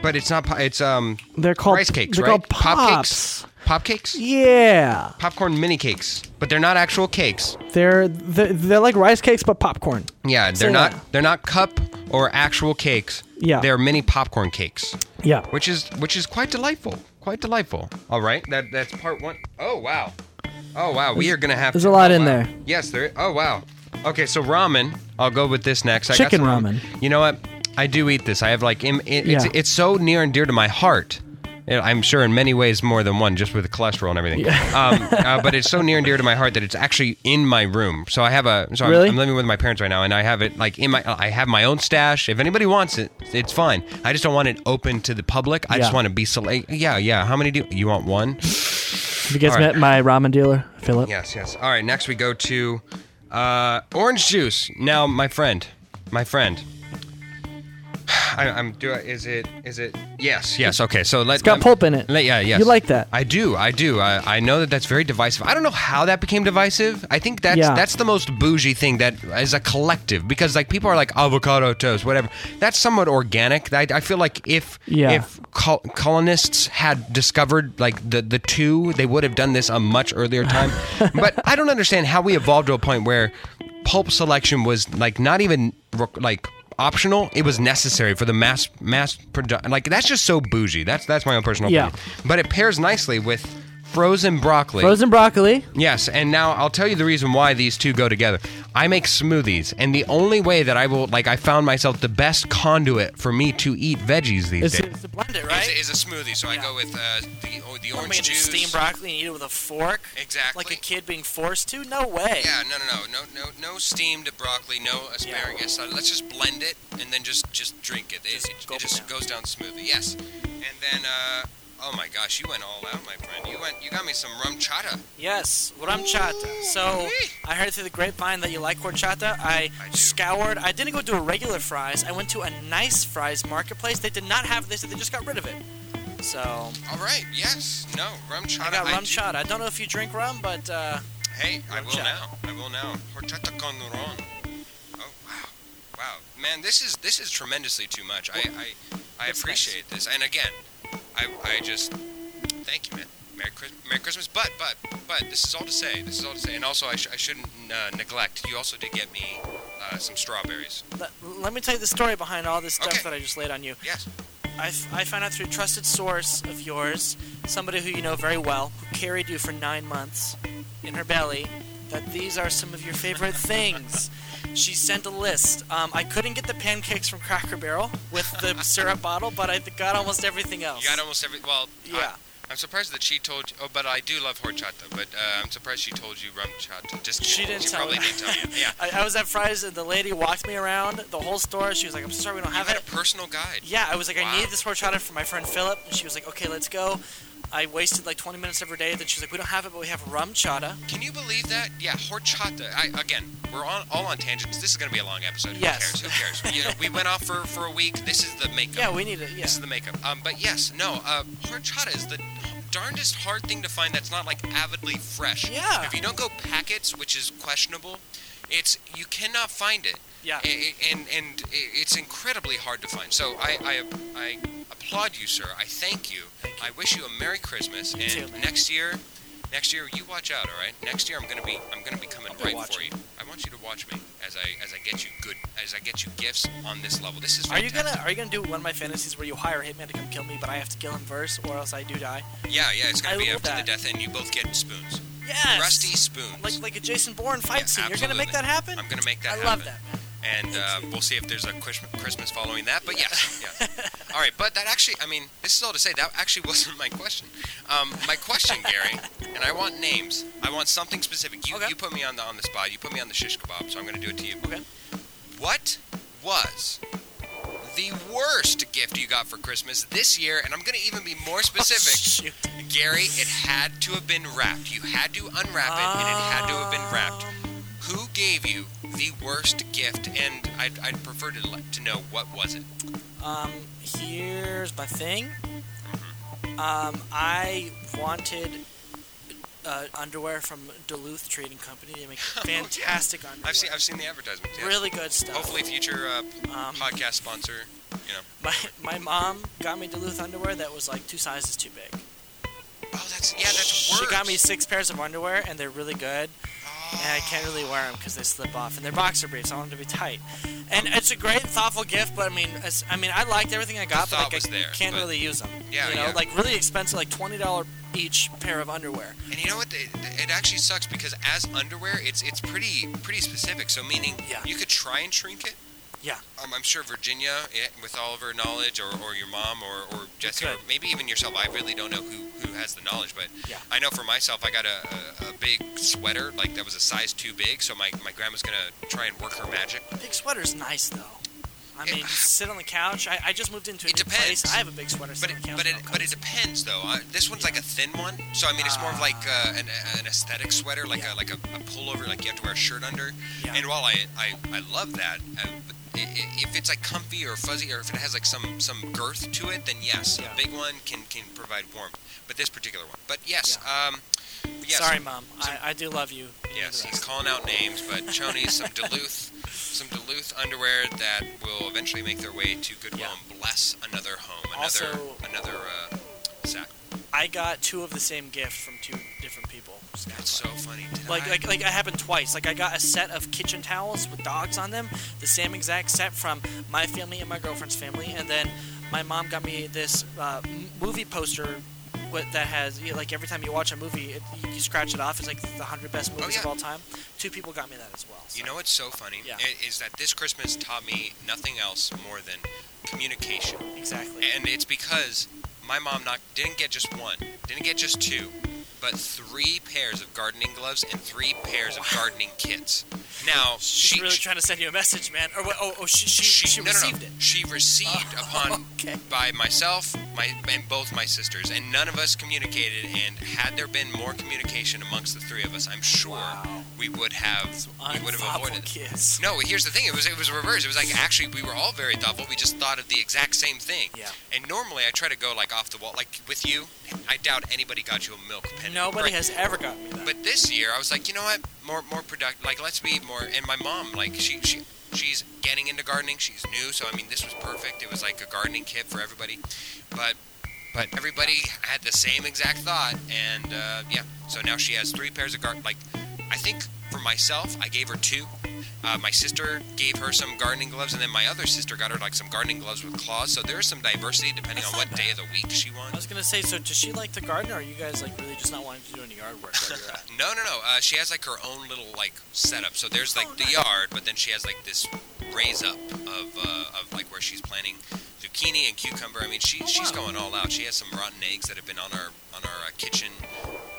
[SPEAKER 1] but it's not. po- It's um.
[SPEAKER 2] They're called
[SPEAKER 1] rice cakes,
[SPEAKER 2] They're
[SPEAKER 1] right?
[SPEAKER 2] called pops.
[SPEAKER 1] Pop cakes? Pop cakes?
[SPEAKER 2] Yeah,
[SPEAKER 1] Popcorn mini cakes, but they're not actual cakes.
[SPEAKER 2] they're, they're they're like rice cakes but popcorn.
[SPEAKER 1] Yeah, they're
[SPEAKER 2] Say
[SPEAKER 1] not.
[SPEAKER 2] that.
[SPEAKER 1] They're not cup or actual cakes.
[SPEAKER 2] Yeah.
[SPEAKER 1] they're mini popcorn cakes,
[SPEAKER 2] Yeah.
[SPEAKER 1] which is which is quite delightful. Quite delightful. All right, that that's part one. Oh wow, oh wow, we are gonna have.
[SPEAKER 2] there's
[SPEAKER 1] to-
[SPEAKER 2] a lot
[SPEAKER 1] oh,
[SPEAKER 2] in
[SPEAKER 1] wow.
[SPEAKER 2] there.
[SPEAKER 1] Yes, there. Oh wow. Okay, so ramen. I'll go with this next. I
[SPEAKER 2] Chicken
[SPEAKER 1] got some
[SPEAKER 2] ramen.
[SPEAKER 1] You know what? I do eat this. I have like im- it, it's
[SPEAKER 2] Yeah.
[SPEAKER 1] it's so near and dear to my heart you know, I'm sure in many ways more than one, just with the cholesterol and everything. Um, uh, but it's so near and dear to my heart that it's actually in my room. So I have a. So I'm,
[SPEAKER 4] Really?
[SPEAKER 1] I'm living with my parents right now, and I have it like in my. I have my own stash. If anybody wants it, it's fine. I just don't want it open to the public. I just
[SPEAKER 4] Yeah.
[SPEAKER 1] want to be select. Yeah, yeah. How many do you want? One.
[SPEAKER 4] Have you guys
[SPEAKER 1] All right.
[SPEAKER 4] met my ramen dealer, Philip?
[SPEAKER 1] Yes, yes. All right, next we go to uh, orange juice. Now, my friend, my friend. I, I'm do. I, is it? Is it? Yes, yes. Okay, so let's.
[SPEAKER 4] It's got pulp in it.
[SPEAKER 1] yeah, yes.
[SPEAKER 4] You like that.
[SPEAKER 1] I do. I do. I, I know that that's very divisive. I don't know how that became divisive. I think that's
[SPEAKER 4] Yeah.
[SPEAKER 1] that's the most bougie thing that as a collective because like people are like avocado toast, whatever. That's somewhat organic. I, I feel like if
[SPEAKER 4] Yeah.
[SPEAKER 1] if col- colonists had discovered like the the two, they would have done this a much earlier time. but I don't understand how we evolved to a point where pulp selection was like not even re- like optional it was necessary for the mass mass production like that's just so bougie that's that's my own personal
[SPEAKER 4] Yeah.
[SPEAKER 1] opinion but it pairs nicely with frozen broccoli.
[SPEAKER 4] Frozen broccoli.
[SPEAKER 1] Yes, and now I'll tell you the reason why these two go together. I make smoothies, and the only way that I will like I found myself the best conduit for me to eat veggies these
[SPEAKER 4] It's,
[SPEAKER 1] days.
[SPEAKER 2] It's a blend it, right?
[SPEAKER 1] Is, a smoothie, so I go with uh, the, or the
[SPEAKER 2] I mean,
[SPEAKER 1] orange juice.
[SPEAKER 2] steamed broccoli and eat it with a fork.
[SPEAKER 1] Exactly.
[SPEAKER 2] Like a kid being forced to? No way.
[SPEAKER 1] Yeah, no, no, no, no, no, no steamed broccoli, no asparagus. Uh, let's just blend it and then just just drink it. It,
[SPEAKER 2] Just
[SPEAKER 1] it-
[SPEAKER 2] gulp
[SPEAKER 1] it
[SPEAKER 2] it
[SPEAKER 1] just
[SPEAKER 2] down.
[SPEAKER 1] goes down smoothly. Yes, and then uh, oh my gosh, you went all out, my friend. You went, you got me some rum chata.
[SPEAKER 2] Yes, horchata. So
[SPEAKER 1] Ooh-wee.
[SPEAKER 2] I heard through the grapevine that you like horchata. I,
[SPEAKER 1] I do.
[SPEAKER 2] scoured. I didn't go to a regular fries. I went to a nice fries marketplace. They did not have this. They just got rid of it. So
[SPEAKER 1] All right, yes, no rum chata.
[SPEAKER 2] I got
[SPEAKER 1] I
[SPEAKER 2] rum
[SPEAKER 1] do-
[SPEAKER 2] chata. I don't know if you drink rum, but uh,
[SPEAKER 1] Hey, I
[SPEAKER 2] Rum
[SPEAKER 1] will
[SPEAKER 2] chata.
[SPEAKER 1] now. I will now. Horchata con ron. Oh wow, wow, man, this is this is tremendously too much. I I, I
[SPEAKER 2] That's
[SPEAKER 1] appreciate this. And again, I I just thank you, man. Merry, Chris- Merry Christmas. But but but this is all to say. This is all to say. And also, I, sh- I shouldn't uh, neglect. You also did get me uh, some strawberries.
[SPEAKER 2] let, let me tell you the story behind all this stuff
[SPEAKER 1] Okay.
[SPEAKER 2] that I just laid on you.
[SPEAKER 1] Yes.
[SPEAKER 2] I, f- I found out through a trusted source of yours, somebody who you know very well, who carried you for nine months in her belly, that these are some of your favorite things. She sent a list. Um, I couldn't get the pancakes from Cracker Barrel with the syrup bottle, but I got almost everything else.
[SPEAKER 1] You got almost every. Well, I-
[SPEAKER 2] Yeah.
[SPEAKER 1] I'm surprised that she told you. Oh, but I do love horchata. But uh, I'm surprised she told you rum chata. Just
[SPEAKER 2] She didn't
[SPEAKER 1] she
[SPEAKER 2] tell
[SPEAKER 1] probably
[SPEAKER 2] me.
[SPEAKER 1] didn't tell you. Yeah.
[SPEAKER 2] I, I was at Fry's and the lady walked me around the whole store. She was like, I'm sorry, we don't
[SPEAKER 1] You
[SPEAKER 2] have
[SPEAKER 1] had
[SPEAKER 2] it.
[SPEAKER 1] a personal guide.
[SPEAKER 2] Yeah, I was like,
[SPEAKER 1] Wow.
[SPEAKER 2] I needed this horchata for my friend Philip, and she was like, okay, let's go. I wasted like 20 minutes of her day. Then she's like, we don't have it, but we have rum chata.
[SPEAKER 1] Can you believe that? Yeah, horchata. I, again, we're on all on tangents. This is going to be a long episode.
[SPEAKER 2] Yes.
[SPEAKER 1] Who cares? Who cares? you know, we went off for, for a week. This is the makeup.
[SPEAKER 2] Yeah, we need it. Yeah.
[SPEAKER 1] This is the makeup. Um, but yes, no. Uh, horchata is the darndest hard thing to find. That's not like avidly fresh.
[SPEAKER 2] Yeah.
[SPEAKER 1] If you don't go packets, which is questionable, it's you cannot find it.
[SPEAKER 2] Yeah.
[SPEAKER 1] A- a- And and i- it's incredibly hard to find. So I I, I applaud you, sir. I thank you.
[SPEAKER 2] Thank you.
[SPEAKER 1] I wish you a merry Christmas. and
[SPEAKER 2] too, man.
[SPEAKER 1] next year. Next year, you watch out, all right? Next year, I'm gonna be, I'm gonna be coming
[SPEAKER 2] I'll be
[SPEAKER 1] right for
[SPEAKER 2] watching.
[SPEAKER 1] you. I want you to watch me as I, as I get you good, as I get you gifts on this level. This is.
[SPEAKER 2] Are you
[SPEAKER 1] Fantastic.
[SPEAKER 2] gonna Are you gonna do one of my fantasies where you hire a hitman to come kill me, but I have to kill him first, or else I do die?
[SPEAKER 1] Yeah, yeah, it's gonna
[SPEAKER 2] I
[SPEAKER 1] be
[SPEAKER 2] love
[SPEAKER 1] up to the
[SPEAKER 2] that.
[SPEAKER 1] death end. You both get spoons,
[SPEAKER 2] Yes.
[SPEAKER 1] rusty spoons.
[SPEAKER 2] Like like a Jason Bourne fight
[SPEAKER 1] Yeah,
[SPEAKER 2] scene. You're gonna make
[SPEAKER 1] absolutely.
[SPEAKER 2] that happen.
[SPEAKER 1] I'm gonna make that
[SPEAKER 2] I love that. Oh,
[SPEAKER 1] happen.
[SPEAKER 2] Man.
[SPEAKER 1] and uh, we'll see if there's a Chris- Christmas following that. But yes, yeah. All right, but that actually, I mean, this is all to say that actually wasn't my question. Um, my question, Gary, and I want names. I want something specific. You,
[SPEAKER 2] Okay.
[SPEAKER 1] you put me on the on the spot. You put me on the shish kebab, so I'm going to do it to you.
[SPEAKER 2] Okay.
[SPEAKER 1] What was the worst gift you got for Christmas this year? And I'm going to even be more specific.
[SPEAKER 2] Shoot.
[SPEAKER 1] Gary, it had to have been wrapped. You had to unwrap it, and it had to have been wrapped.
[SPEAKER 2] Um,
[SPEAKER 1] Who gave you the worst gift? And I'd, I'd prefer to, let, to know what was it.
[SPEAKER 2] Um, here's my thing.
[SPEAKER 1] Mm-hmm.
[SPEAKER 2] Um, I wanted uh, underwear from Duluth Trading Company. They make fantastic underwear.
[SPEAKER 1] Oh, I've seen I've seen the advertisements. Yes.
[SPEAKER 2] Really good stuff.
[SPEAKER 1] Hopefully, future uh,
[SPEAKER 2] Um,
[SPEAKER 1] podcast sponsor. You know.
[SPEAKER 2] my, my mom got me Duluth underwear that was like two sizes too big.
[SPEAKER 1] Oh, that's yeah, that's worse.
[SPEAKER 2] She got me six pairs of underwear, and they're really good. And I can't really wear them because they slip off. And they're boxer briefs. I want them to be tight. And it's a great, thoughtful gift. But I mean, it's, I mean, I liked everything I got,
[SPEAKER 1] The
[SPEAKER 2] but
[SPEAKER 1] thought
[SPEAKER 2] like, I
[SPEAKER 1] was there,
[SPEAKER 2] can't
[SPEAKER 1] but-
[SPEAKER 2] really use them.
[SPEAKER 1] Yeah,
[SPEAKER 2] you know,
[SPEAKER 1] yeah.
[SPEAKER 2] like really expensive, like twenty dollar each pair of underwear.
[SPEAKER 1] And you know what? It, it actually sucks because as underwear, it's it's pretty pretty specific. So meaning
[SPEAKER 2] Yeah.
[SPEAKER 1] you could try and shrink it,
[SPEAKER 2] Yeah.
[SPEAKER 1] Um, I'm sure Virginia, eh, with all of her knowledge, or, or your mom, or, or Jesse, or
[SPEAKER 2] could.
[SPEAKER 1] maybe even yourself. I really don't know who, who has the knowledge, but
[SPEAKER 2] Yeah.
[SPEAKER 1] I know for myself, I got a, a, a big sweater, like that was a size too big, so my, my grandma's going to try and work her magic.
[SPEAKER 2] Big sweater's nice though. I
[SPEAKER 1] Yeah.
[SPEAKER 2] mean, you sit on the couch. I, I just moved into a
[SPEAKER 1] It
[SPEAKER 2] new
[SPEAKER 1] depends.
[SPEAKER 2] place. I have a big sweater
[SPEAKER 1] But
[SPEAKER 2] sitting
[SPEAKER 1] it,
[SPEAKER 2] on the couch.
[SPEAKER 1] but it,
[SPEAKER 2] now.
[SPEAKER 1] but it depends though. Uh, this one's like a thin one, so I mean it's more of like uh, an, an aesthetic sweater, like
[SPEAKER 2] Ah.
[SPEAKER 1] a
[SPEAKER 2] Yeah.
[SPEAKER 1] like a, a pullover, like you have to wear a shirt under.
[SPEAKER 2] Yeah.
[SPEAKER 1] And while I I, I love that, uh, but i- i- if it's like comfy or fuzzy, or if it has like some some girth to it, then yes,
[SPEAKER 2] Yeah.
[SPEAKER 1] a big one can can provide warmth. But this particular one, but yes, um, yes,
[SPEAKER 2] Sorry, mom.
[SPEAKER 1] so-
[SPEAKER 2] I, I do love you. and you're
[SPEAKER 1] Yes,
[SPEAKER 2] the
[SPEAKER 1] he's
[SPEAKER 2] best.
[SPEAKER 1] calling out names, but Chonies, some Duluth, some Duluth underwear that will eventually make their way to Goodwill
[SPEAKER 2] Yeah.
[SPEAKER 1] and bless another home, another
[SPEAKER 2] Also-
[SPEAKER 1] another uh, sack.
[SPEAKER 2] I got two of the same gift from two different people. Just kinda
[SPEAKER 1] That's so funny. Did
[SPEAKER 2] like
[SPEAKER 1] I-
[SPEAKER 2] like like it happened twice. Like I got a set of kitchen towels with dogs on them, the same exact set from my family and my girlfriend's family, and then my mom got me this uh, m- movie poster. What that has you know, like every time you watch a movie, it, you, you scratch it off. It's like the hundred best movies of
[SPEAKER 1] Oh, yeah.
[SPEAKER 2] all time. Two people got me that as well. so-
[SPEAKER 1] you know what's so funny
[SPEAKER 2] Yeah.
[SPEAKER 1] I- is that this Christmas taught me nothing else more than communication,
[SPEAKER 2] exactly.
[SPEAKER 1] and it's because my mom not didn't get just one, didn't get just two, but three pairs of gardening gloves and three pairs of gardening kits. Now
[SPEAKER 2] She's
[SPEAKER 1] she
[SPEAKER 2] really trying to send you a message, man. Or what- oh, oh, she she, she,
[SPEAKER 1] no, no, no.
[SPEAKER 2] received it.
[SPEAKER 1] She received upon
[SPEAKER 2] okay.
[SPEAKER 1] by myself, my and both my sisters, and none of us communicated. And had there been more communication amongst the three of us, I'm sure
[SPEAKER 2] Wow.
[SPEAKER 1] we would have we would have
[SPEAKER 2] Unthoughtful
[SPEAKER 1] avoided. it.
[SPEAKER 2] kids.
[SPEAKER 1] No, here's the thing. It was it was reversed. It was like actually we were all very thoughtful. We just thought of the exact same thing.
[SPEAKER 2] Yeah.
[SPEAKER 1] And normally I try to go like off the wall, like with you. I doubt anybody got you a milk pen.
[SPEAKER 2] Nobody has ever gotten me that.
[SPEAKER 1] But this year, I was like, you know what? More, more productive. Like, let's be more. And my mom, like, she, she, she's getting into gardening. She's new, so I mean, this was perfect. It was like a gardening kit for everybody. But, but everybody had the same exact thought, and uh, yeah. So now she has three pairs of garden. Like, I think for myself, I gave her two. Uh, my sister gave her some gardening gloves, and then my other sister got her like some gardening gloves with claws. So there's some diversity depending
[SPEAKER 2] That's
[SPEAKER 1] on
[SPEAKER 2] not
[SPEAKER 1] what day
[SPEAKER 2] bad.
[SPEAKER 1] of the week she wants.
[SPEAKER 2] I was gonna say, so does she like to garden, or are you guys like really just not wanting to do any yard work? where you're at?
[SPEAKER 1] No, no, no. Uh, she has like her own little like setup. So there's like
[SPEAKER 2] Oh,
[SPEAKER 1] the
[SPEAKER 2] nice.
[SPEAKER 1] yard, but then she has like this raise up of uh, of like where she's planting zucchini and cucumber. I mean, she
[SPEAKER 2] Oh,
[SPEAKER 1] she's
[SPEAKER 2] wow.
[SPEAKER 1] going all out. She has some rotten eggs that have been on our on our uh, kitchen,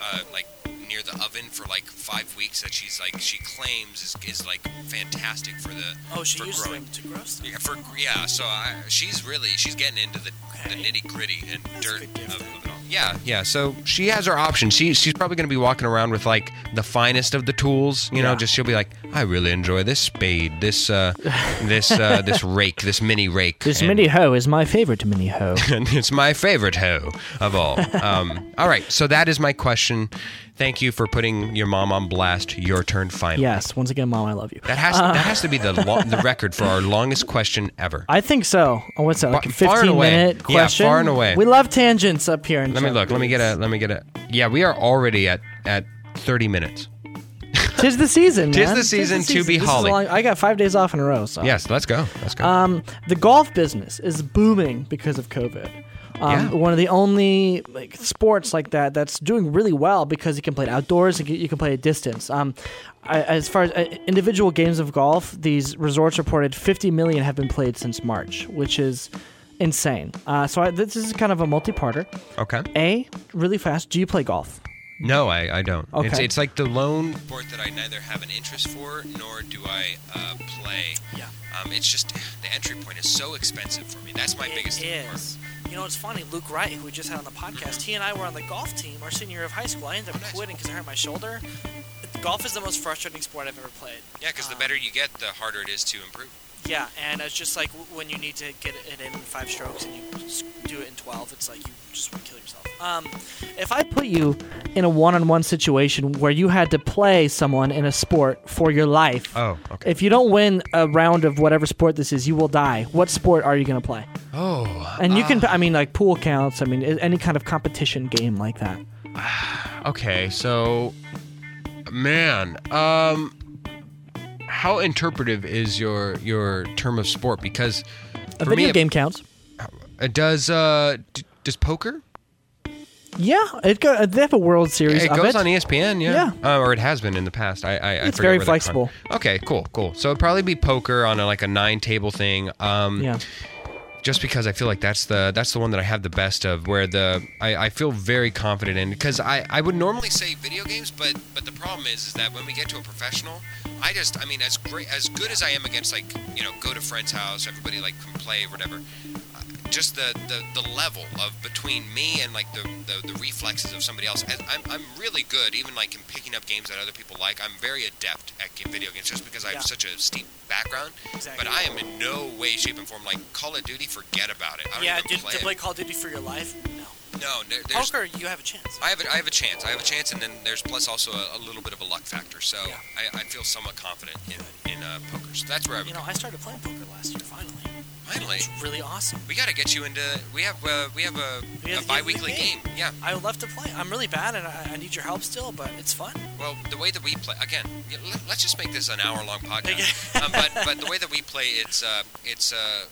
[SPEAKER 1] uh, like near the oven for like five weeks. That she's like she claims is, is like fantastic for the
[SPEAKER 2] oh, she
[SPEAKER 1] for
[SPEAKER 2] uses
[SPEAKER 1] growing.
[SPEAKER 2] them to grow stuff.
[SPEAKER 1] Yeah, for yeah. So I, she's really she's getting into the, the
[SPEAKER 2] Okay.
[SPEAKER 1] nitty gritty and
[SPEAKER 2] That's a
[SPEAKER 1] dirt
[SPEAKER 2] good
[SPEAKER 1] of,
[SPEAKER 2] gift, then.
[SPEAKER 1] of it all. Yeah, yeah. So she has her options. She she's probably going to be walking around with like the finest of the tools. You know,
[SPEAKER 4] Yeah.
[SPEAKER 1] just she'll be like, I really enjoy this spade, this uh, this uh, this rake, this mini rake.
[SPEAKER 4] This
[SPEAKER 1] and-
[SPEAKER 4] mini hoe is my favorite mini hoe.
[SPEAKER 1] and it's my favorite hoe of all. Um, all right, so that is my question. Thank you for putting your mom on blast. Your turn, finally.
[SPEAKER 4] yes, once again, mom, I love you.
[SPEAKER 1] That has that has to be the lo- the record for our longest question ever.
[SPEAKER 4] I think so. Oh, what's that? Like a
[SPEAKER 1] Fa- far and
[SPEAKER 4] 15
[SPEAKER 1] away.
[SPEAKER 4] minute
[SPEAKER 1] Yeah, far
[SPEAKER 4] question?
[SPEAKER 1] and away.
[SPEAKER 4] We love tangents up here. In
[SPEAKER 1] Let me look. Let me get a. Let me get a. Yeah, we are already at at thirty minutes.
[SPEAKER 4] Tis the season, man.
[SPEAKER 1] Tis the season to be
[SPEAKER 4] This is
[SPEAKER 1] holly.
[SPEAKER 4] long- I got five days off in a row, so.
[SPEAKER 1] Yes, let's go. Let's
[SPEAKER 2] Uh,
[SPEAKER 1] go.
[SPEAKER 4] Um, the golf business is booming because of COVID. Um,
[SPEAKER 1] Yeah.
[SPEAKER 4] One of the only like sports like that that's doing really well because you can play it outdoors and you can play at distance. Um, I, as far as uh, individual games of golf, these resorts reported 50 million have been played since March, which is insane. Uh, so I, this is kind of a multi-parter.
[SPEAKER 1] okay.
[SPEAKER 4] A, really fast. Do you play golf?
[SPEAKER 1] No, I, I don't. It's,
[SPEAKER 4] Okay.
[SPEAKER 1] it's like the lone sport that I neither have an interest for nor do I uh, play.
[SPEAKER 2] Yeah.
[SPEAKER 1] Um, it's just the entry point is so expensive for me. That's my biggest.
[SPEAKER 2] It is. You know, it's funny. Luke Wright, who we just had on the podcast, he and I were on the golf team our senior year of high school. I ended up
[SPEAKER 1] nice.
[SPEAKER 2] quitting because I hurt my shoulder. Golf is the most frustrating sport I've ever played.
[SPEAKER 1] Yeah, because the
[SPEAKER 2] Um,
[SPEAKER 1] better you get, the harder it is to improve.
[SPEAKER 2] Yeah, and it's just like w- when you need to get it in in five strokes and you just do it in twelve. It's like you just want to kill yourself. Um, if I
[SPEAKER 4] I put you in a one-on-one situation where you had to play someone in a sport for your life.
[SPEAKER 1] Oh, okay.
[SPEAKER 4] If you don't win a round of whatever sport this is, you will die. What sport are you going to play?
[SPEAKER 1] Oh.
[SPEAKER 4] And you can, I mean, like pool counts. I mean, a- any kind of competition game like that.
[SPEAKER 1] oh, Okay. So, man, um, how interpretive is your your term of sport? Because
[SPEAKER 4] A video game counts.
[SPEAKER 1] Uh, does uh d- does poker?
[SPEAKER 4] Yeah, it go, they have a World Series
[SPEAKER 1] It
[SPEAKER 4] of
[SPEAKER 1] goes
[SPEAKER 4] it.
[SPEAKER 1] on E ESPN, yeah, Uh, or it has been in the past. I, I, I
[SPEAKER 4] It's
[SPEAKER 1] forget
[SPEAKER 4] very
[SPEAKER 1] where that con-
[SPEAKER 4] flexible.
[SPEAKER 1] Okay, cool, cool. So it'd probably be poker on a, like a nine table thing. Um,
[SPEAKER 4] yeah.
[SPEAKER 1] just because I feel like that's the that's the one that I have the best of, where the I, I feel very confident in because I, I would normally say video games, but but the problem is is that when we get to a professional, I just I mean as great as good as I am against like you know go to friend's house, everybody like can play whatever. uh, Just the, the, the level of between me and like the, the, the reflexes of somebody else. And I'm, I'm really good, even like in picking up games that other people like. I'm very adept at ga- video games just because I have
[SPEAKER 2] Yeah.
[SPEAKER 1] such a steep background.
[SPEAKER 2] Exactly.
[SPEAKER 1] But I am in no way, shape, and form like Call of Duty. Forget about it. I don't
[SPEAKER 2] Oh, yeah,
[SPEAKER 1] even
[SPEAKER 2] dude,
[SPEAKER 1] play
[SPEAKER 2] to
[SPEAKER 1] it.
[SPEAKER 2] play Call of Duty for your life? No.
[SPEAKER 1] no, there- there's.
[SPEAKER 2] Poker, you have a chance.
[SPEAKER 1] I have, a, I have a chance. I have a chance, and then there's plus also a, a little bit of a luck factor. So
[SPEAKER 2] Yeah.
[SPEAKER 1] I, I feel somewhat confident in, in uh, poker. So that's where I would
[SPEAKER 2] You know, I started playing poker last year. Finally,
[SPEAKER 1] finally.
[SPEAKER 2] it's really awesome.
[SPEAKER 1] We gotta get you into. We have uh, we have a,
[SPEAKER 2] We have
[SPEAKER 1] a
[SPEAKER 2] the
[SPEAKER 1] bi-weekly game.
[SPEAKER 2] game.
[SPEAKER 1] Yeah.
[SPEAKER 2] I would love to play. I'm really bad, and I, I need your help still, but it's fun.
[SPEAKER 1] Well, the way that we play again. y- let- Let's just make this an hour-long podcast.
[SPEAKER 2] Okay.
[SPEAKER 1] um, but but the way that we play, it's uh, it's. Uh,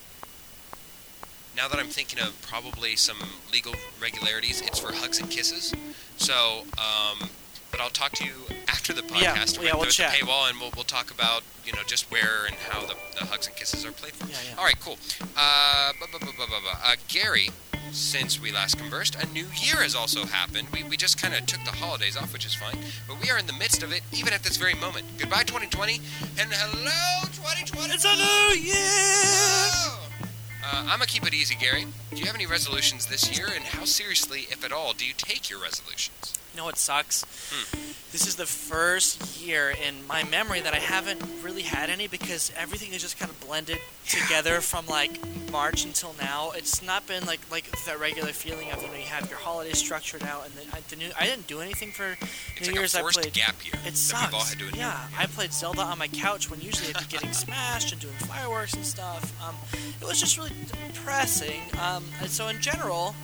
[SPEAKER 1] now that I'm thinking of probably some legal regularities, it's for hugs and kisses. So, um, but I'll talk to you after the
[SPEAKER 2] Yeah,
[SPEAKER 1] podcast.
[SPEAKER 2] yeah, we'll
[SPEAKER 1] with the
[SPEAKER 2] chat.
[SPEAKER 1] paywall, and we'll, we'll talk about you know just where and how the, the hugs and kisses are played from.
[SPEAKER 2] Yeah, yeah.
[SPEAKER 1] All right, cool. Uh, bu- bu- bu- bu- bu- bu- uh, Gary, since we last conversed, a new year has also happened. We, we just kind of took the holidays off, which is fine, but we are in the midst of it, even at this very moment. Goodbye, 2020, and hello, 2020.
[SPEAKER 2] It's a new year.
[SPEAKER 1] Uh, I'm gonna keep it easy, Gary. Do you have any resolutions this year, and how seriously, if at all, do you take your resolutions?
[SPEAKER 2] You know what sucks? This is the first year in my memory that I haven't really had any because everything is just kind of blended together from like March until now. It's not been like like that regular feeling of you know you have your holidays structured out and then I, the new, I didn't do anything for
[SPEAKER 1] It's
[SPEAKER 2] New
[SPEAKER 1] like
[SPEAKER 2] Year's.
[SPEAKER 1] a
[SPEAKER 2] I
[SPEAKER 1] forced
[SPEAKER 2] played.
[SPEAKER 1] gap year
[SPEAKER 2] It
[SPEAKER 1] that
[SPEAKER 2] sucks.
[SPEAKER 1] we've all had to endure.
[SPEAKER 2] yeah, I played Zelda on my couch when usually I'd be getting smashed and doing fireworks and stuff. Um, it was just really depressing. Um, and so in general,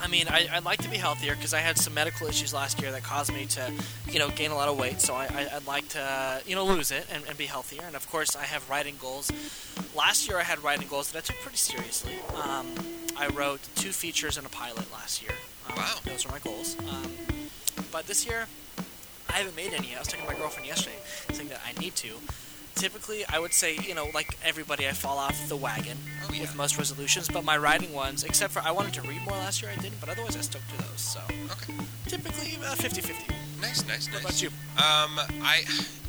[SPEAKER 2] I mean, I, I'd like to be healthier because I had some medical issues last year that caused me to, you know, gain a lot of weight. So I, I, I'd like to, uh, you know, lose it and, and be healthier. And of course, I have writing goals. Last year, I had writing goals that I took pretty seriously. Um, I wrote two features and a pilot last year. Um,
[SPEAKER 1] Wow.
[SPEAKER 2] Those were my goals. Um, but this year, I haven't made any. I was talking to my girlfriend yesterday, saying that I need to. Typically, I would say, you know, like everybody, I fall off the wagon
[SPEAKER 1] Oh, yeah.
[SPEAKER 2] with most resolutions, but my writing ones, except for I wanted to read more last year, I didn't, but otherwise I stuck to those. So
[SPEAKER 1] Okay.
[SPEAKER 2] typically uh, 50 50.
[SPEAKER 1] Nice, nice, nice.
[SPEAKER 2] What about you?
[SPEAKER 1] Um, I,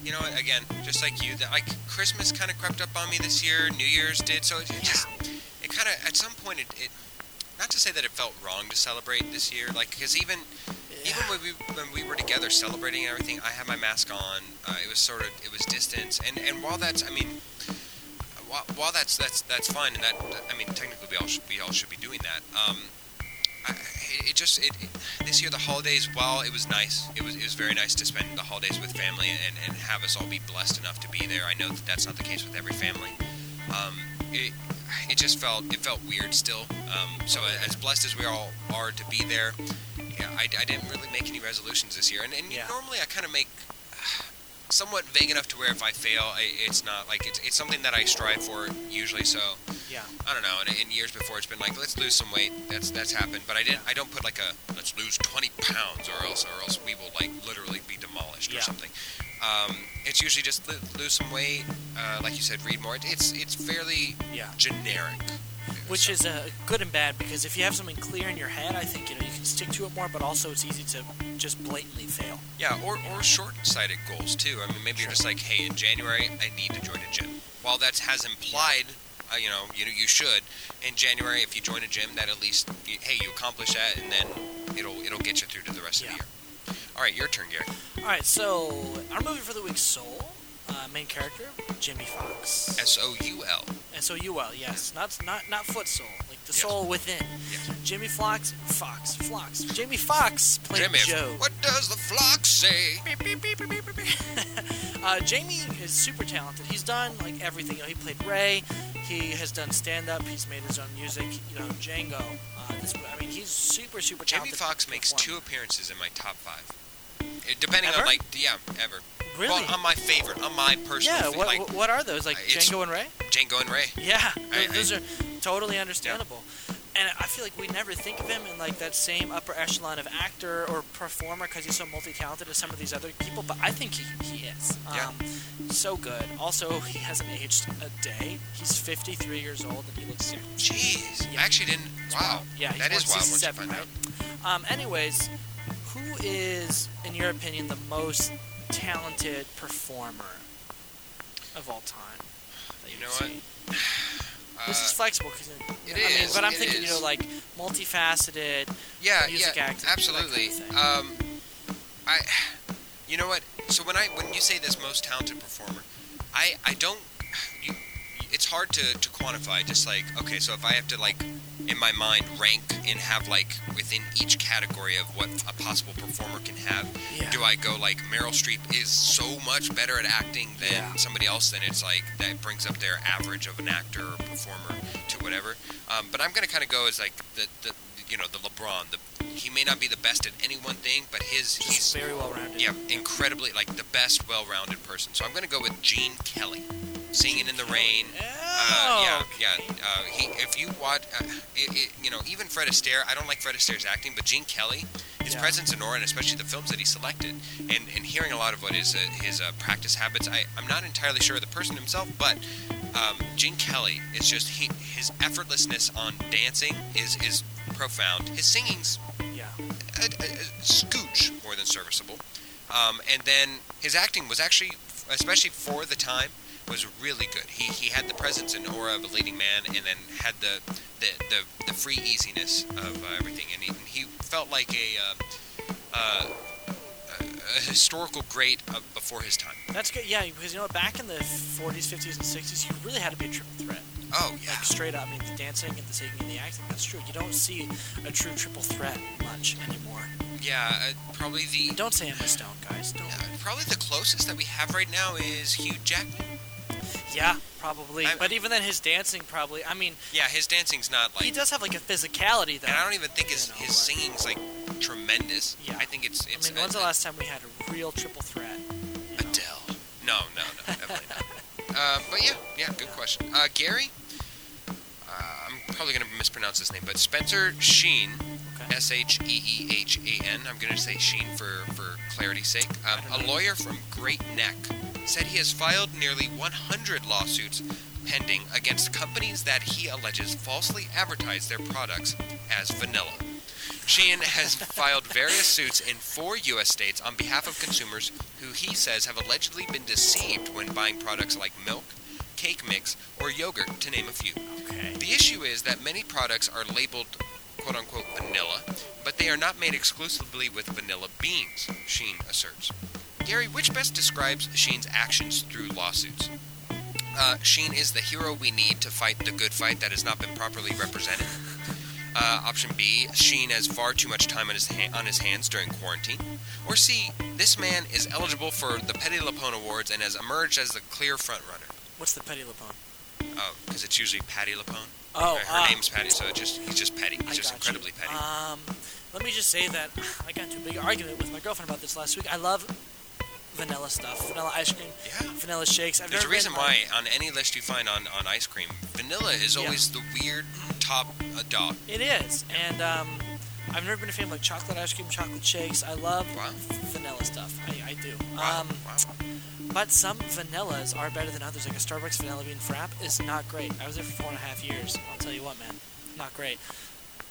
[SPEAKER 1] you know, what, again, just like you, that like Christmas kind of crept up on me this year. New Year's did, so it, it just, it kind of at some point it, it, not to say that it felt wrong to celebrate this year, like because even, even when we when we were together celebrating and everything, I had my mask on. Uh, it was sort of it was distance, and and while that's, I mean. While, while that's that's that's fine, and that I mean, technically we all should, we all should be doing that. Um, I, it just it, it- this year the holidays while it was nice it was it was very nice to spend the holidays with family and, and have us all be blessed enough to be there I know that that's not the case with every family um, it it just felt it felt weird still um, so as blessed as we all are to be there yeah, I, I didn't really make any resolutions this year and, and
[SPEAKER 2] Yeah.
[SPEAKER 1] normally I kind of make somewhat vague enough to where if I fail I, it's not like it's, it's something that I strive for usually so
[SPEAKER 2] Yeah.
[SPEAKER 1] I don't know. In, in years before, it's been like let's lose some weight. That's that's happened, but I didn't. I don't put like a let's lose 20 pounds or else or else we will like literally be demolished or
[SPEAKER 2] Yeah.
[SPEAKER 1] something. Um, it's usually just li- lose some weight. Uh, like you said, read more. It's it's fairly
[SPEAKER 2] Yeah.
[SPEAKER 1] generic.
[SPEAKER 2] Which is uh, good and bad because if you have something clear in your head, I think you know you can stick to it more, but also it's easy to just blatantly fail.
[SPEAKER 1] Yeah, or, or short-sighted goals too. I mean, maybe you're just like, hey, in January I need to join a gym. While that has implied, uh, you know, you you should in January if you join a gym, that at least you, hey, you accomplish that, and then it'll it'll get you through to the rest
[SPEAKER 2] Yeah.
[SPEAKER 1] of the year. All right, your turn, Gary.
[SPEAKER 2] All right, so our movie for the week, Soul, uh, main character Jimmy Fox.
[SPEAKER 1] S O U L.
[SPEAKER 2] And so you will, yes. Not not not foot soul, like the
[SPEAKER 1] Yes.
[SPEAKER 2] soul within.
[SPEAKER 1] Yes.
[SPEAKER 2] Jimmy Fox, Fox, Fox. Jamie Fox played
[SPEAKER 1] Jimmy,
[SPEAKER 2] Joe.
[SPEAKER 1] what does the flock say?
[SPEAKER 2] Beep, beep, beep, beep, beep, beep, beep. uh, Jamie is super talented. He's done like everything. You know, he played Ray. He has done stand up. He's made his own music. You know, Django. Uh, this, I mean, he's super super
[SPEAKER 1] Jamie
[SPEAKER 2] talented.
[SPEAKER 1] Fox makes two
[SPEAKER 2] performer.
[SPEAKER 1] appearances in my top five. Uh, Depending on
[SPEAKER 2] Ever?
[SPEAKER 1] like, yeah, ever.
[SPEAKER 2] Really?
[SPEAKER 1] Well, on my favorite, on my personal,
[SPEAKER 2] yeah.
[SPEAKER 1] fa-
[SPEAKER 2] What,
[SPEAKER 1] like uh,
[SPEAKER 2] what are those? Like
[SPEAKER 1] it's-
[SPEAKER 2] Django and Ray?
[SPEAKER 1] Django and Ray.
[SPEAKER 2] Yeah,
[SPEAKER 1] I-
[SPEAKER 2] those, those are totally understandable. and I feel like we never think of him in like that same upper echelon of actor or performer because he's so multi-talented as some of these other people. But I think he, he is. Um,
[SPEAKER 1] Yeah.
[SPEAKER 2] So good. Also, he hasn't aged a day. He's 53 years old and he looks young.
[SPEAKER 1] Jeez. I actually didn't. Wow.
[SPEAKER 2] Yeah, he's
[SPEAKER 1] that is wild once you
[SPEAKER 2] 167,
[SPEAKER 1] find out.
[SPEAKER 2] right? Um, anyways, who is, in your opinion, the most talented performer of all time? that
[SPEAKER 1] You know
[SPEAKER 2] you've
[SPEAKER 1] what?
[SPEAKER 2] seen?
[SPEAKER 1] Uh,
[SPEAKER 2] this is flexible because
[SPEAKER 1] it
[SPEAKER 2] I mean,
[SPEAKER 1] is,
[SPEAKER 2] but I'm
[SPEAKER 1] it
[SPEAKER 2] thinking, you know,
[SPEAKER 1] is.
[SPEAKER 2] like multifaceted.
[SPEAKER 1] yeah,
[SPEAKER 2] music
[SPEAKER 1] yeah,
[SPEAKER 2] acting, that kind of
[SPEAKER 1] absolutely.
[SPEAKER 2] thing.
[SPEAKER 1] um, I, you know what? So when I when you say this most talented performer, I I don't. You, it's hard to to quantify. Just like okay, so if I have to like in my mind rank and have like within each category of what a possible performer can have,
[SPEAKER 2] Yeah.
[SPEAKER 1] do I go like Meryl Streep is so much better at acting than
[SPEAKER 2] Yeah.
[SPEAKER 1] somebody else? Then it's like that brings up their average of an actor or performer to whatever. Um, but I'm gonna kind of go as like the, the you know the LeBron. The, he may not be the best at any one thing, but his
[SPEAKER 2] Just
[SPEAKER 1] he's
[SPEAKER 2] very well rounded.
[SPEAKER 1] yeah incredibly like the best well-rounded person. So I'm gonna go with Gene Kelly, singing in the rain. Uh,
[SPEAKER 2] Oh,
[SPEAKER 1] yeah, yeah. Uh, he, if you watch, uh, it, it, you know, even Fred Astaire. I don't like Fred Astaire's acting, but Gene Kelly, his
[SPEAKER 2] Yeah.
[SPEAKER 1] presence in aura, and especially the films that he selected, and, and hearing a lot of what his uh, his uh, practice habits. I I'm not entirely sure of the person himself, but um, Gene Kelly is just he, his effortlessness on dancing is is profound. His singing's
[SPEAKER 2] yeah.
[SPEAKER 1] a, a, a scooch more than serviceable. Um, and then his acting was actually, especially for the time, was really good. He, he had the presence and aura of a leading man, and then had the the, the, the free easiness of uh, everything. And he, and he felt like a, uh, uh, a historical great of before his time.
[SPEAKER 2] That's good. Yeah, because you know, what, back in the 40s, 50s, and 60s, you really had to be a triple threat.
[SPEAKER 1] Oh yeah,
[SPEAKER 2] Like straight up, I mean, the dancing and the singing and the acting. That's true. You don't see a true triple threat much anymore.
[SPEAKER 1] yeah. Uh, probably the
[SPEAKER 2] Don't say Emma Stone, guys. Don't.
[SPEAKER 1] uh, probably the closest that we have right now is Hugh Jackman.
[SPEAKER 2] Yeah, probably.
[SPEAKER 1] I-
[SPEAKER 2] but even then, his dancing probably. I mean,
[SPEAKER 1] Yeah, his dancing's not like
[SPEAKER 2] he does have like a physicality though.
[SPEAKER 1] And I don't even think
[SPEAKER 2] you
[SPEAKER 1] his,
[SPEAKER 2] know,
[SPEAKER 1] his
[SPEAKER 2] like-
[SPEAKER 1] singing's like tremendous.
[SPEAKER 2] Yeah.
[SPEAKER 1] I think it's it's
[SPEAKER 2] I mean, when's
[SPEAKER 1] uh,
[SPEAKER 2] the last time we had a real triple threat? you know?
[SPEAKER 1] Adele. No, no, no, definitely not. Uh, but yeah, yeah, good question. Uh, Gary, uh, I'm probably gonna mispronounce his name, but Spencer Sheen,
[SPEAKER 2] Okay.
[SPEAKER 1] S H E E H A N. I'm gonna say Sheen for for clarity's sake. Um, a lawyer from Great Neck said he has filed nearly 100 lawsuits pending against companies that he alleges falsely advertise their products as vanilla. Sheehan has filed various suits in four U.S. states on behalf of consumers who he says have allegedly been deceived when buying products like milk, cake mix, or yogurt, to name a few.
[SPEAKER 2] Okay.
[SPEAKER 1] The issue is that many products are labeled quote unquote vanilla, but they are not made exclusively with vanilla beans, Sheen asserts. Gary, which best describes Sheen's actions through lawsuits? Uh, Sheen is the hero we need to fight the good fight that has not been properly represented. Uh, option B, Sheen has far too much time on his, ha- on his hands during quarantine. Or C, this man is eligible for the Petty LuPone Awards and has emerged as the clear frontrunner.
[SPEAKER 2] What's the Petty LuPone?
[SPEAKER 1] Oh, because it's usually Patty LuPone.
[SPEAKER 2] Oh,
[SPEAKER 1] her
[SPEAKER 2] ah.
[SPEAKER 1] name's Patty, so it just he's just petty. He's
[SPEAKER 2] I
[SPEAKER 1] just
[SPEAKER 2] got
[SPEAKER 1] incredibly
[SPEAKER 2] you.
[SPEAKER 1] petty.
[SPEAKER 2] Um, let me just say that I got into a big argument with my girlfriend about this last week. I love vanilla stuff, vanilla ice cream,
[SPEAKER 1] Yeah.
[SPEAKER 2] vanilla shakes. I've
[SPEAKER 1] There's a
[SPEAKER 2] never been,
[SPEAKER 1] reason
[SPEAKER 2] like-
[SPEAKER 1] why on any list you find on, on ice cream, vanilla is
[SPEAKER 2] Yeah.
[SPEAKER 1] always the weird top uh, dog.
[SPEAKER 2] It is, and um, I've never been a fan of like chocolate ice cream, chocolate shakes. I love
[SPEAKER 1] Wow.
[SPEAKER 2] vanilla stuff. I, I do.
[SPEAKER 1] Wow,
[SPEAKER 2] Um,
[SPEAKER 1] wow.
[SPEAKER 2] But some vanillas are better than others. Like a Starbucks vanilla bean frap is not great. I was there for four and a half years. I'll tell you what, man, not great.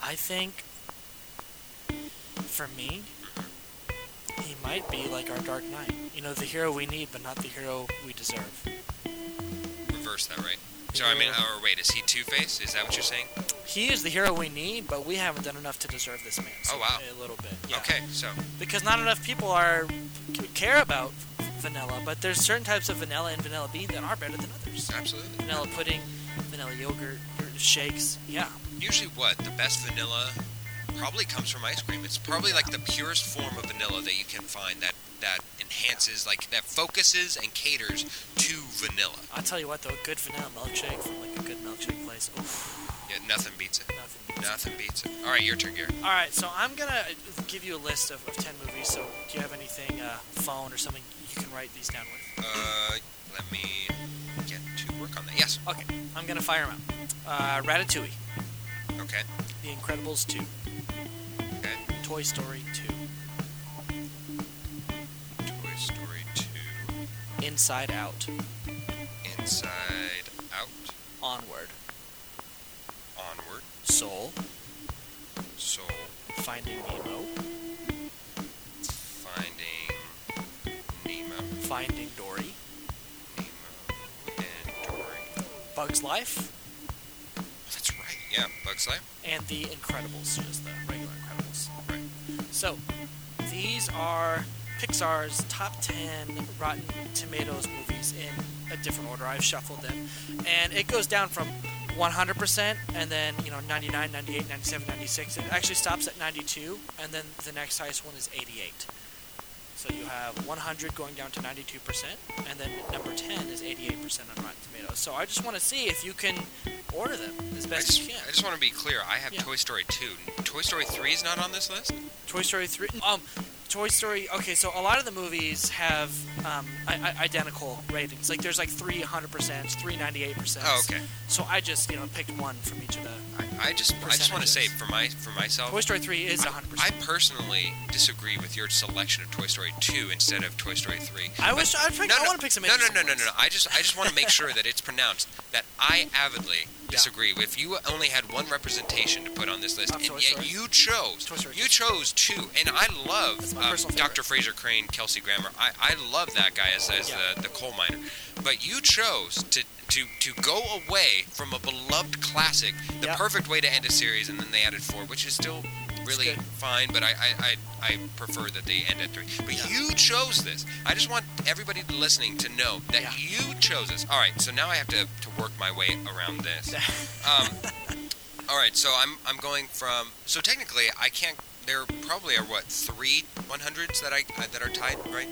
[SPEAKER 2] I think for me, he might be like our Dark Knight. You know, the hero we need, but not the hero we deserve.
[SPEAKER 1] Reverse that, right? So I mean, or wait, is he Two Face? Is that what you're saying?
[SPEAKER 2] He is the hero we need, but we haven't done enough to deserve this man. So
[SPEAKER 1] Oh, wow.
[SPEAKER 2] A little bit. Yeah.
[SPEAKER 1] Okay, so
[SPEAKER 2] because not enough people are care about vanilla. But there's certain types of vanilla and vanilla bean that are better than others.
[SPEAKER 1] absolutely.
[SPEAKER 2] Vanilla pudding, vanilla yogurt, or shakes. Yeah,
[SPEAKER 1] Usually, what the best vanilla probably comes from ice cream. It's probably like the purest form of vanilla that you can find that that enhances, like that focuses and caters to vanilla.
[SPEAKER 2] I'll tell you what though, a good vanilla milkshake from like a good milkshake place. Oof,
[SPEAKER 1] Yeah, nothing beats it.
[SPEAKER 2] nothing. beats it.
[SPEAKER 1] Nothing beats it. All right, your turn, Gary.
[SPEAKER 2] All right, so I'm gonna uh, give you a list of, of ten movies. So do you have anything, uh, phone or something you can write these down with?
[SPEAKER 1] Uh, let me get to work on that. Yes.
[SPEAKER 2] Okay, I'm gonna fire them out. Uh, Ratatouille,
[SPEAKER 1] Okay.
[SPEAKER 2] The The Incredibles 2,
[SPEAKER 1] Okay.
[SPEAKER 2] Toy Story 2,
[SPEAKER 1] Toy Story 2,
[SPEAKER 2] Inside Out,
[SPEAKER 1] Inside Out,
[SPEAKER 2] Onward,
[SPEAKER 1] Onward,
[SPEAKER 2] Soul,
[SPEAKER 1] Soul,
[SPEAKER 2] Finding Nemo,
[SPEAKER 1] Finding Nemo,
[SPEAKER 2] Finding Dory,
[SPEAKER 1] Nemo, and Dory.
[SPEAKER 2] Bug's Life,
[SPEAKER 1] Oh, That's right. Yeah, Bugs Life.
[SPEAKER 2] and The Incredibles, just the regular Incredibles.
[SPEAKER 1] Right.
[SPEAKER 2] So, these are Pixar's top 10 Rotten Tomatoes movies in a different order. I've shuffled them. And it goes down from 100% and then, you know, 99, 98, 97, 96. It actually stops at 92, and then the next highest one is 88. So you have 100 going down to 92%, and then number 10 is 88% on Rotten Tomatoes. So I just want to see if you can order them as
[SPEAKER 1] I
[SPEAKER 2] best
[SPEAKER 1] just,
[SPEAKER 2] you can.
[SPEAKER 1] I just want to be clear. I have
[SPEAKER 2] Yeah.
[SPEAKER 1] Toy Story 2. Toy Story 3 is not on this list?
[SPEAKER 2] Toy Story three. Um, Toy Story. Okay, so a lot of the movies have um, I- I- identical ratings. Like there's like three hundred percent, three ninety eight percent.
[SPEAKER 1] Oh, okay.
[SPEAKER 2] So I just you know picked one from each of the.
[SPEAKER 1] I, I just I just want to say
[SPEAKER 2] Percentages.
[SPEAKER 1] for my for myself,
[SPEAKER 2] Toy Story three is
[SPEAKER 1] I-
[SPEAKER 2] hundred
[SPEAKER 1] I
[SPEAKER 2] percent.
[SPEAKER 1] personally disagree with your selection of Toy Story 2 instead of Toy Story 3.
[SPEAKER 2] I
[SPEAKER 1] But-
[SPEAKER 2] wish- I'd pick- I wanna pick some
[SPEAKER 1] No, no,
[SPEAKER 2] interesting
[SPEAKER 1] no, no,
[SPEAKER 2] ones.
[SPEAKER 1] no, no. I just I just want to make sure that it's pronounced that I avidly disagree. If you only had one representation to put on this list,
[SPEAKER 2] I'm
[SPEAKER 1] and
[SPEAKER 2] Toy
[SPEAKER 1] yet
[SPEAKER 2] Story.
[SPEAKER 1] you chose
[SPEAKER 2] Toy Story
[SPEAKER 1] you
[SPEAKER 2] two.
[SPEAKER 1] chose two, and I
[SPEAKER 2] That's
[SPEAKER 1] love
[SPEAKER 2] my
[SPEAKER 1] um,
[SPEAKER 2] personal favorite.
[SPEAKER 1] Dr. Fraser Crane, Kelsey Grammer. I, I love that guy as, as
[SPEAKER 2] Yeah.
[SPEAKER 1] the, the coal miner. But you chose to. To, to go away from a beloved classic, the
[SPEAKER 2] Yeah.
[SPEAKER 1] perfect way to end a series, and then they added four, which is still really
[SPEAKER 2] good.
[SPEAKER 1] fine, but I, I, I, I prefer that they end at three. But you chose this. I just want everybody listening to know that
[SPEAKER 2] Yeah.
[SPEAKER 1] you chose this. All right, so now I have to, to work my way around this. um, all right, so I'm, I'm going from. So technically, I can't. There probably are what three 100s that I uh, that are tied, right?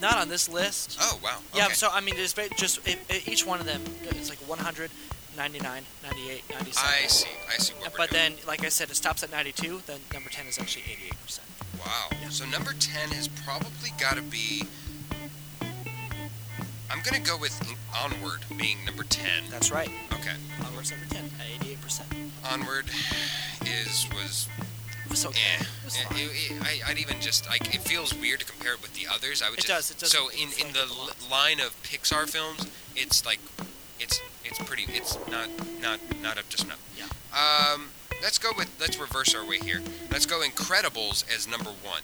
[SPEAKER 2] Not on this list.
[SPEAKER 1] Oh wow.
[SPEAKER 2] Yeah.
[SPEAKER 1] okay.
[SPEAKER 2] So I mean, it's ba- just it, it, each one of them is like 100, 99, 98, 97.
[SPEAKER 1] I see. I see what we're
[SPEAKER 2] But
[SPEAKER 1] doing.
[SPEAKER 2] then, like I said, it stops at 92. Then number 10 is actually 88%.
[SPEAKER 1] Wow.
[SPEAKER 2] Yeah.
[SPEAKER 1] So number 10 has probably got to be. I'm going to go with Onward being number 10.
[SPEAKER 2] That's right.
[SPEAKER 1] Okay.
[SPEAKER 2] Onward's number 10 at 88%.
[SPEAKER 1] Onward is was
[SPEAKER 2] It was okay.
[SPEAKER 1] eh.
[SPEAKER 2] It was
[SPEAKER 1] Eh,
[SPEAKER 2] fine.
[SPEAKER 1] it- it- I, would even just like it feels weird to compare it with the others. I would
[SPEAKER 2] It
[SPEAKER 1] just
[SPEAKER 2] does, it does
[SPEAKER 1] so in in
[SPEAKER 2] flank
[SPEAKER 1] the
[SPEAKER 2] up a
[SPEAKER 1] l-
[SPEAKER 2] lot.
[SPEAKER 1] line of Pixar films, it's like it's it's pretty it's not not not up to snuff.
[SPEAKER 2] Yeah.
[SPEAKER 1] Um, let's go with let's reverse our way here. Let's go Incredibles as number one.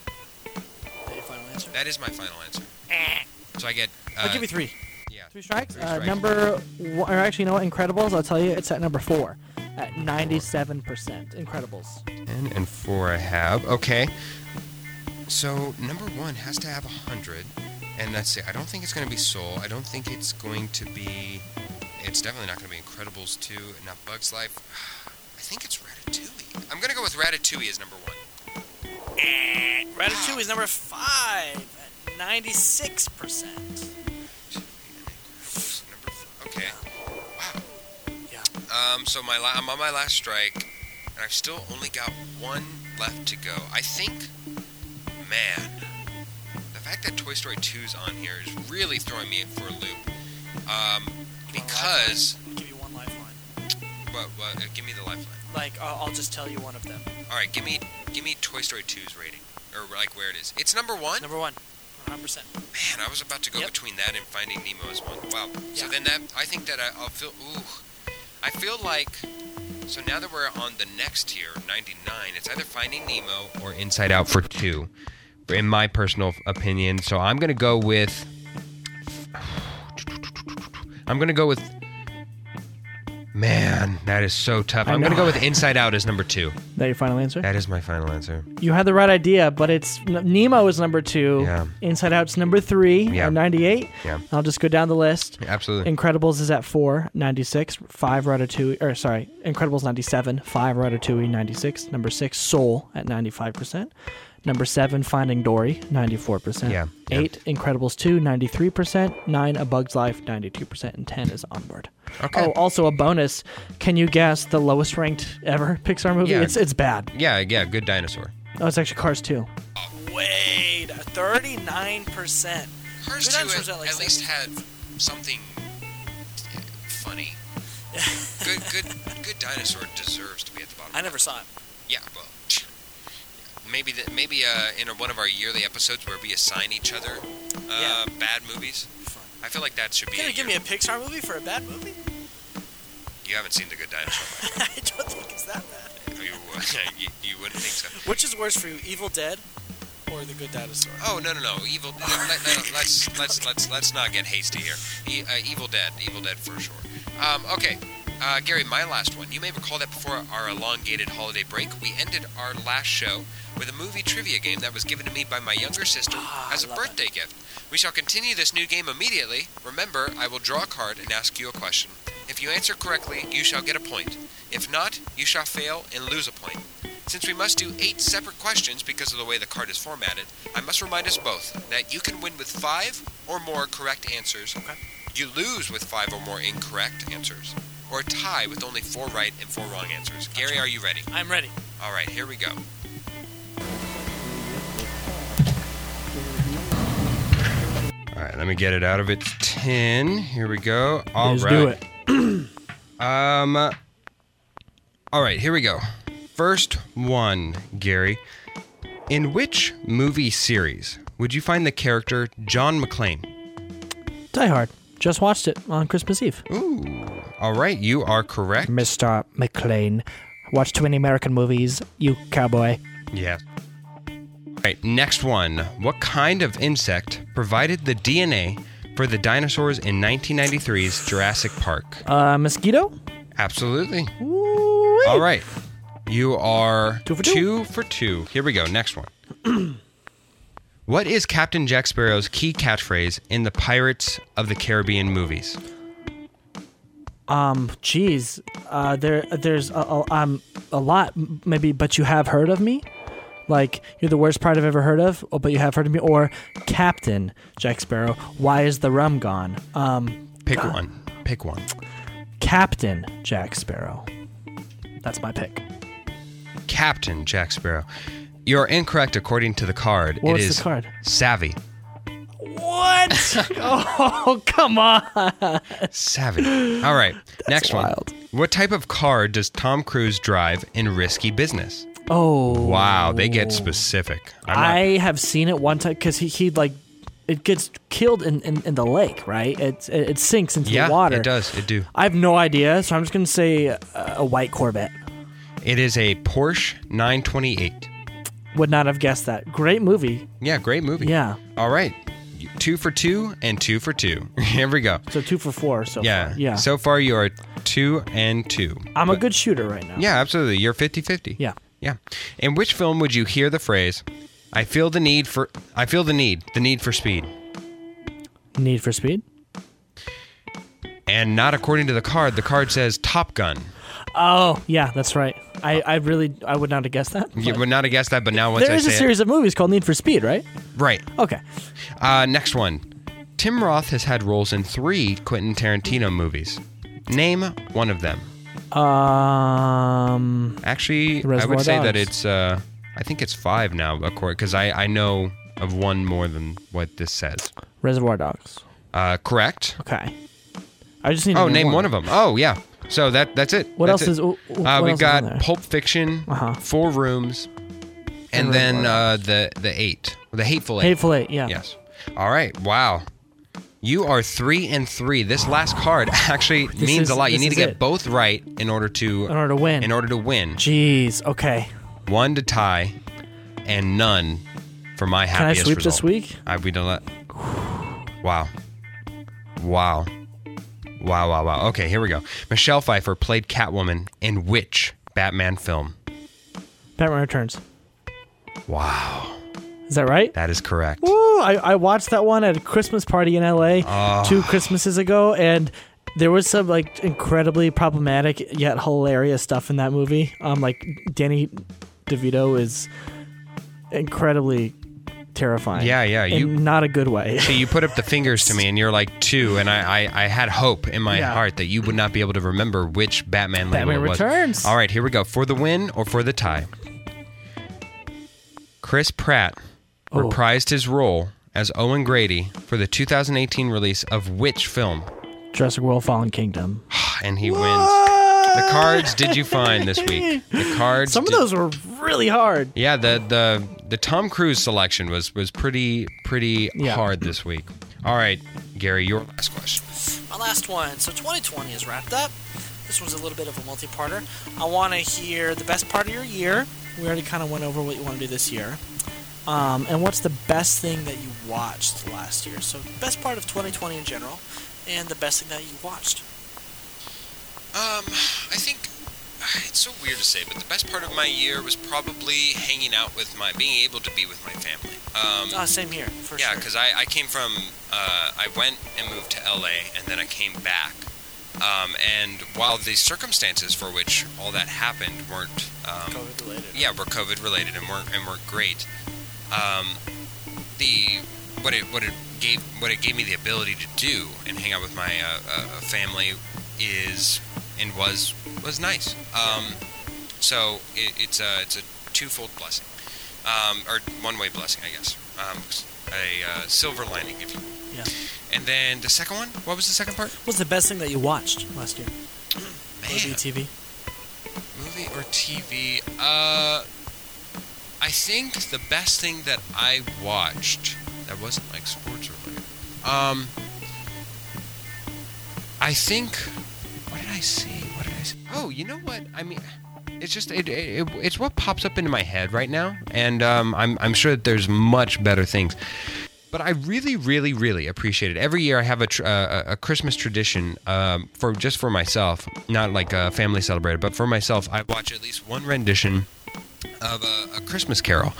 [SPEAKER 2] Any final answer?
[SPEAKER 1] That is my final answer.
[SPEAKER 2] Eh.
[SPEAKER 1] So I get. Uh,
[SPEAKER 5] I'll give you three.
[SPEAKER 1] yeah.
[SPEAKER 5] Three strikes.
[SPEAKER 1] Three
[SPEAKER 5] Uh,
[SPEAKER 1] strikes.
[SPEAKER 5] number one, or actually, you know what? Incredibles. I'll tell you, it's at number four, at ninety-seven percent. Incredibles.
[SPEAKER 1] Ten and four I have. Okay. So number one has to have a hundred, and let's see. I don't think it's going to be Soul. I don't think it's going to be. It's definitely not going to be Incredibles two, and not Bugs Life. I think it's Ratatouille. I'm going to go with Ratatouille as number one.
[SPEAKER 2] Ratatouille is number five at ninety-six percent.
[SPEAKER 1] Incredibles, number four. Okay.
[SPEAKER 2] Yeah.
[SPEAKER 1] Um. So my la- I'm on my last strike, and I've still only got one left to go. I think, man, the fact that Toy Story 2's on here is really throwing me for a loop. Um, because
[SPEAKER 2] I'll give you one lifeline.
[SPEAKER 1] what? What? uh, give me the lifeline.
[SPEAKER 2] Like I'll, I'll just tell you one of them.
[SPEAKER 1] All right, give me give me Toy Story 2's rating or like where it is. It's number one.
[SPEAKER 2] Number one, one hundred percent.
[SPEAKER 1] Man, I was about to go
[SPEAKER 2] Yep.
[SPEAKER 1] between that and Finding Nemo as one. Wow. So
[SPEAKER 2] Yeah.
[SPEAKER 1] then that I think that I, I'll feel. Ooh, I feel like. So now that we're on the next tier, 99, it's either Finding Nemo or Inside Out for two, in my personal opinion. So I'm gonna go with. I'm gonna go with. Man, that is so tough.
[SPEAKER 5] I
[SPEAKER 1] I'm gonna
[SPEAKER 5] know.
[SPEAKER 1] go with Inside Out as number two.
[SPEAKER 5] Is that your final answer?
[SPEAKER 1] That is my final answer.
[SPEAKER 5] You had the right idea, but it's N- Nemo is number two.
[SPEAKER 1] Yeah.
[SPEAKER 5] Inside Out's number three
[SPEAKER 1] Yeah.
[SPEAKER 5] at 98.
[SPEAKER 1] Yeah.
[SPEAKER 5] I'll just go down the list.
[SPEAKER 1] Absolutely.
[SPEAKER 5] Incredibles is at four, 96. Five Ratatouille, or sorry, Incredibles 97. Five Ratatouille, 96. E, Number six, Soul at 95%. Number seven, Finding Dory, 94%.
[SPEAKER 1] Yeah, yeah.
[SPEAKER 5] Eight, Incredibles 2, 93%. Nine, A Bug's Life, 92%. And 10 is Onward.
[SPEAKER 1] Okay.
[SPEAKER 5] Oh, also a bonus. Can you guess the lowest ranked ever Pixar movie?
[SPEAKER 1] Yeah.
[SPEAKER 5] It's, it's bad.
[SPEAKER 1] Yeah, yeah. Good dinosaur.
[SPEAKER 5] Oh, it's actually Cars 2.
[SPEAKER 6] Oh,
[SPEAKER 2] Wait, thirty-nine percent.
[SPEAKER 1] Cars
[SPEAKER 2] Good
[SPEAKER 1] 2
[SPEAKER 2] answers
[SPEAKER 1] at,
[SPEAKER 2] at, like,
[SPEAKER 1] at least had something
[SPEAKER 7] eh,
[SPEAKER 1] uh, funny. good, good, good dinosaur deserves to be at the bottom.
[SPEAKER 2] I never saw it.
[SPEAKER 7] Yeah, well, maybe the, maybe uh, in one of our yearly episodes where we assign each other
[SPEAKER 6] Yeah.
[SPEAKER 7] uh, bad movies.
[SPEAKER 6] Fun.
[SPEAKER 7] I feel like that should be.
[SPEAKER 6] You're
[SPEAKER 7] a
[SPEAKER 6] gonna give me
[SPEAKER 7] year-
[SPEAKER 6] a Pixar movie for a bad movie?
[SPEAKER 7] You haven't seen The Good Dinosaur.
[SPEAKER 6] I don't think it's that bad.
[SPEAKER 7] you, uh, you, you wouldn't think so.
[SPEAKER 6] Which is worse for you, Evil Dead or The Good Dinosaur?
[SPEAKER 7] Oh no no no! Evil. No, let, no, let's let's let's let's not get hasty here. E, uh, Evil Dead, Evil Dead for sure. Um, okay, uh, Gary, my last one. You may recall that before our elongated holiday break, we ended our last show with a movie trivia game that was given to me by my younger sister
[SPEAKER 6] Ah,
[SPEAKER 7] as a
[SPEAKER 6] I love it.
[SPEAKER 7] birthday gift. We shall continue this new game immediately. Remember, I will draw a card and ask you a question. If you answer correctly, you shall get a point. If not, you shall fail and lose a point. Since we must do eight separate questions because of the way the card is formatted, I must remind us both that you can win with five or more correct answers.
[SPEAKER 6] Okay.
[SPEAKER 7] You lose with five or more incorrect answers, or tie with only four right and four wrong answers. Gary, are you ready?
[SPEAKER 6] I'm ready.
[SPEAKER 7] All right, here we go.
[SPEAKER 1] All right, let me get it out of its tin. Here we go. All right.
[SPEAKER 2] Just do it.
[SPEAKER 1] Um. uh, All right, here we go. First one, Gary. In which movie series would you find the character John McClane?
[SPEAKER 2] Die Hard. Just watched it on Christmas Eve.
[SPEAKER 1] Ooh. All right, you are correct.
[SPEAKER 2] Mr. McLean. Watch too many American movies, you cowboy.
[SPEAKER 1] Yeah. All right, next one. What kind of insect provided the DNA for the dinosaurs in 1993's Jurassic Park?
[SPEAKER 2] Uh, mosquito?
[SPEAKER 1] Absolutely.
[SPEAKER 2] Ooh-wee.
[SPEAKER 1] All right. You are
[SPEAKER 2] Two for two.
[SPEAKER 1] two for two. Here we go. Next one. what is Captain Jack Sparrow's key catchphrase in the Pirates of the Caribbean movies?
[SPEAKER 2] Um, geez, uh, there, there's a, a, um, a lot, m- maybe, but you have heard of me? Like, you're the worst part I've ever heard of, oh, but you have heard of me? Or, Captain Jack Sparrow, why is the rum gone? Um,
[SPEAKER 1] Pick one. Pick one.
[SPEAKER 2] Captain Jack Sparrow. That's my pick.
[SPEAKER 1] Captain Jack Sparrow. You're incorrect according to the card.
[SPEAKER 2] What's
[SPEAKER 1] it
[SPEAKER 2] the
[SPEAKER 1] is
[SPEAKER 2] card?
[SPEAKER 1] Savvy.
[SPEAKER 2] What? oh, come on.
[SPEAKER 1] Savvy. All right. next
[SPEAKER 2] wild.
[SPEAKER 1] one. What type of car does Tom Cruise drive in Risky Business?
[SPEAKER 2] Oh.
[SPEAKER 1] Wow, they get specific. I'm not-
[SPEAKER 2] I have seen it one time because he he like it gets killed in, in, in the lake, right? It it, it sinks into
[SPEAKER 1] yeah,
[SPEAKER 2] the water.
[SPEAKER 1] it does. It do.
[SPEAKER 2] I have no idea, so I'm just gonna say uh, a white Corvette.
[SPEAKER 1] It is a Porsche 928.
[SPEAKER 2] Would not have guessed that. Great movie.
[SPEAKER 1] Yeah, great movie.
[SPEAKER 2] Yeah.
[SPEAKER 1] All right. Two for two and two for two. Here we go.
[SPEAKER 2] So two for four. So
[SPEAKER 1] Yeah.
[SPEAKER 2] far. yeah.
[SPEAKER 1] So far, you are two and two.
[SPEAKER 2] I'm a good shooter right now.
[SPEAKER 1] Yeah, absolutely. You're 50 50.
[SPEAKER 2] Yeah.
[SPEAKER 1] Yeah. In which film would you hear the phrase, I feel the need for, I feel the need, the need for speed?
[SPEAKER 2] Need for Speed.
[SPEAKER 1] And not according to the card. The card says Top Gun.
[SPEAKER 2] Oh yeah, that's right. I, I really I would not have guessed that.
[SPEAKER 1] You
[SPEAKER 2] but-
[SPEAKER 1] would not have guessed that, but now once
[SPEAKER 2] there
[SPEAKER 1] I
[SPEAKER 2] is
[SPEAKER 1] say
[SPEAKER 2] a series of movies called Need for Speed, right?
[SPEAKER 1] it, right.
[SPEAKER 2] Okay.
[SPEAKER 1] Uh, next one. Tim Roth has had roles in three Quentin Tarantino movies. Name one of them.
[SPEAKER 2] Um,
[SPEAKER 1] Actually, I
[SPEAKER 2] Reservoir
[SPEAKER 1] would say that
[SPEAKER 2] Dogs.
[SPEAKER 1] it's. Uh, I think it's five now, because I I know of one more than what this says.
[SPEAKER 2] Reservoir Dogs.
[SPEAKER 1] Uh, correct.
[SPEAKER 2] Okay. I just need.
[SPEAKER 1] Oh,
[SPEAKER 2] to
[SPEAKER 1] name
[SPEAKER 2] one
[SPEAKER 1] one of them. Oh, yeah. So that that's it.
[SPEAKER 2] What
[SPEAKER 1] That's
[SPEAKER 2] else
[SPEAKER 1] it.
[SPEAKER 2] is- wh- wh- what
[SPEAKER 1] uh,
[SPEAKER 2] else
[SPEAKER 1] we've
[SPEAKER 2] is
[SPEAKER 1] got
[SPEAKER 2] on there?
[SPEAKER 1] Pulp Fiction,
[SPEAKER 2] Uh-huh.
[SPEAKER 1] Four Rooms, and
[SPEAKER 2] Four
[SPEAKER 1] then
[SPEAKER 2] Rooms.
[SPEAKER 1] uh, the the eight, the Hateful Eight.
[SPEAKER 2] Hateful Eight. Yeah.
[SPEAKER 1] Yes. All right. Wow. You are three and three. This last card actually means
[SPEAKER 2] is-
[SPEAKER 1] a lot. You
[SPEAKER 2] this
[SPEAKER 1] need to
[SPEAKER 2] is
[SPEAKER 1] get
[SPEAKER 2] it.
[SPEAKER 1] both right in order to
[SPEAKER 2] In order to win.
[SPEAKER 1] in order to win.
[SPEAKER 2] Jeez. Okay.
[SPEAKER 1] One to tie, and none for my
[SPEAKER 2] Can I
[SPEAKER 1] happiest
[SPEAKER 2] sweep
[SPEAKER 1] result.
[SPEAKER 2] this week?
[SPEAKER 1] I we don't let. Wow. Wow. Wow. Wow. Wow. Okay. Here we go. Michelle Pfeiffer played Catwoman in which Batman film?
[SPEAKER 2] Batman Returns.
[SPEAKER 1] Wow.
[SPEAKER 2] Is that right?
[SPEAKER 1] That is correct.
[SPEAKER 2] Ooh, I, I watched that one at a Christmas party in LA
[SPEAKER 1] Ah.
[SPEAKER 2] two Christmases ago, and there was some like incredibly problematic yet hilarious stuff in that movie. Um, like Danny DeVito is incredibly terrifying.
[SPEAKER 1] Yeah, yeah,
[SPEAKER 2] In
[SPEAKER 1] you-
[SPEAKER 2] not a good way.
[SPEAKER 1] So you put up the fingers to me, and you're like two, and I, I, I had hope in my
[SPEAKER 2] Yeah.
[SPEAKER 1] heart that you would not be able to remember which Batman label
[SPEAKER 2] Batman
[SPEAKER 1] it was.
[SPEAKER 2] Returns.
[SPEAKER 1] All right, here we go for the win or for the tie. Chris Pratt
[SPEAKER 2] Oh.
[SPEAKER 1] reprised his role as Owen Grady for the 2018 release of which film,
[SPEAKER 2] Jurassic World: Fallen Kingdom.
[SPEAKER 1] and he wins.
[SPEAKER 8] Ah! The cards did you find this week? The cards.
[SPEAKER 2] Some of
[SPEAKER 8] did-
[SPEAKER 2] those were really hard.
[SPEAKER 8] Yeah, the the the Tom Cruise selection was was pretty pretty
[SPEAKER 2] Yeah.
[SPEAKER 8] hard this week. All right, Gary, your last question.
[SPEAKER 9] My last one. So 2020 is wrapped up. This one's a little bit of a multi-parter. I want to hear the best part of your year. We already kind of went over what you want to do this year. Um, and what's the best thing that you watched last year? So best part of 2020 in general, and the best thing that you watched.
[SPEAKER 1] Um, I think it's so weird to say, but the best part of my year was probably hanging out with my, being able to be with my family. Um,
[SPEAKER 9] Ah, same here. For
[SPEAKER 1] yeah,
[SPEAKER 9] sure.
[SPEAKER 1] because I, I came from, uh, I went and moved to LA, and then I came back. Um, and while the circumstances for which all that happened weren't, um,
[SPEAKER 9] COVID related.
[SPEAKER 1] yeah, were COVID related and weren't and weren't great, um, the what it what it gave what it gave me the ability to do and hang out with my uh, uh, family is and was was nice. Um, so it, it's a it's a twofold blessing, um, or one way blessing, I guess. Um, a uh, silver lining, if you. will.
[SPEAKER 9] Yeah.
[SPEAKER 1] And then the second one. What was the second part?
[SPEAKER 9] What's the best thing that you watched last year? Movie,
[SPEAKER 1] Man,
[SPEAKER 9] TV.
[SPEAKER 1] movie or TV? Uh, I think the best thing that I watched that wasn't like sports related. Um, I think. What did I see? What did I see? Oh, you know what? I mean, it's just it, it, it it's what pops up into my head right now, and um, I'm I'm sure that there's much better things. But I really, really, really appreciate it. Every year, I have a tr- uh, a a Christmas tradition um, for just for myself, not like a family celebrated, but for myself. I watch at least one rendition of a, a Christmas Carol.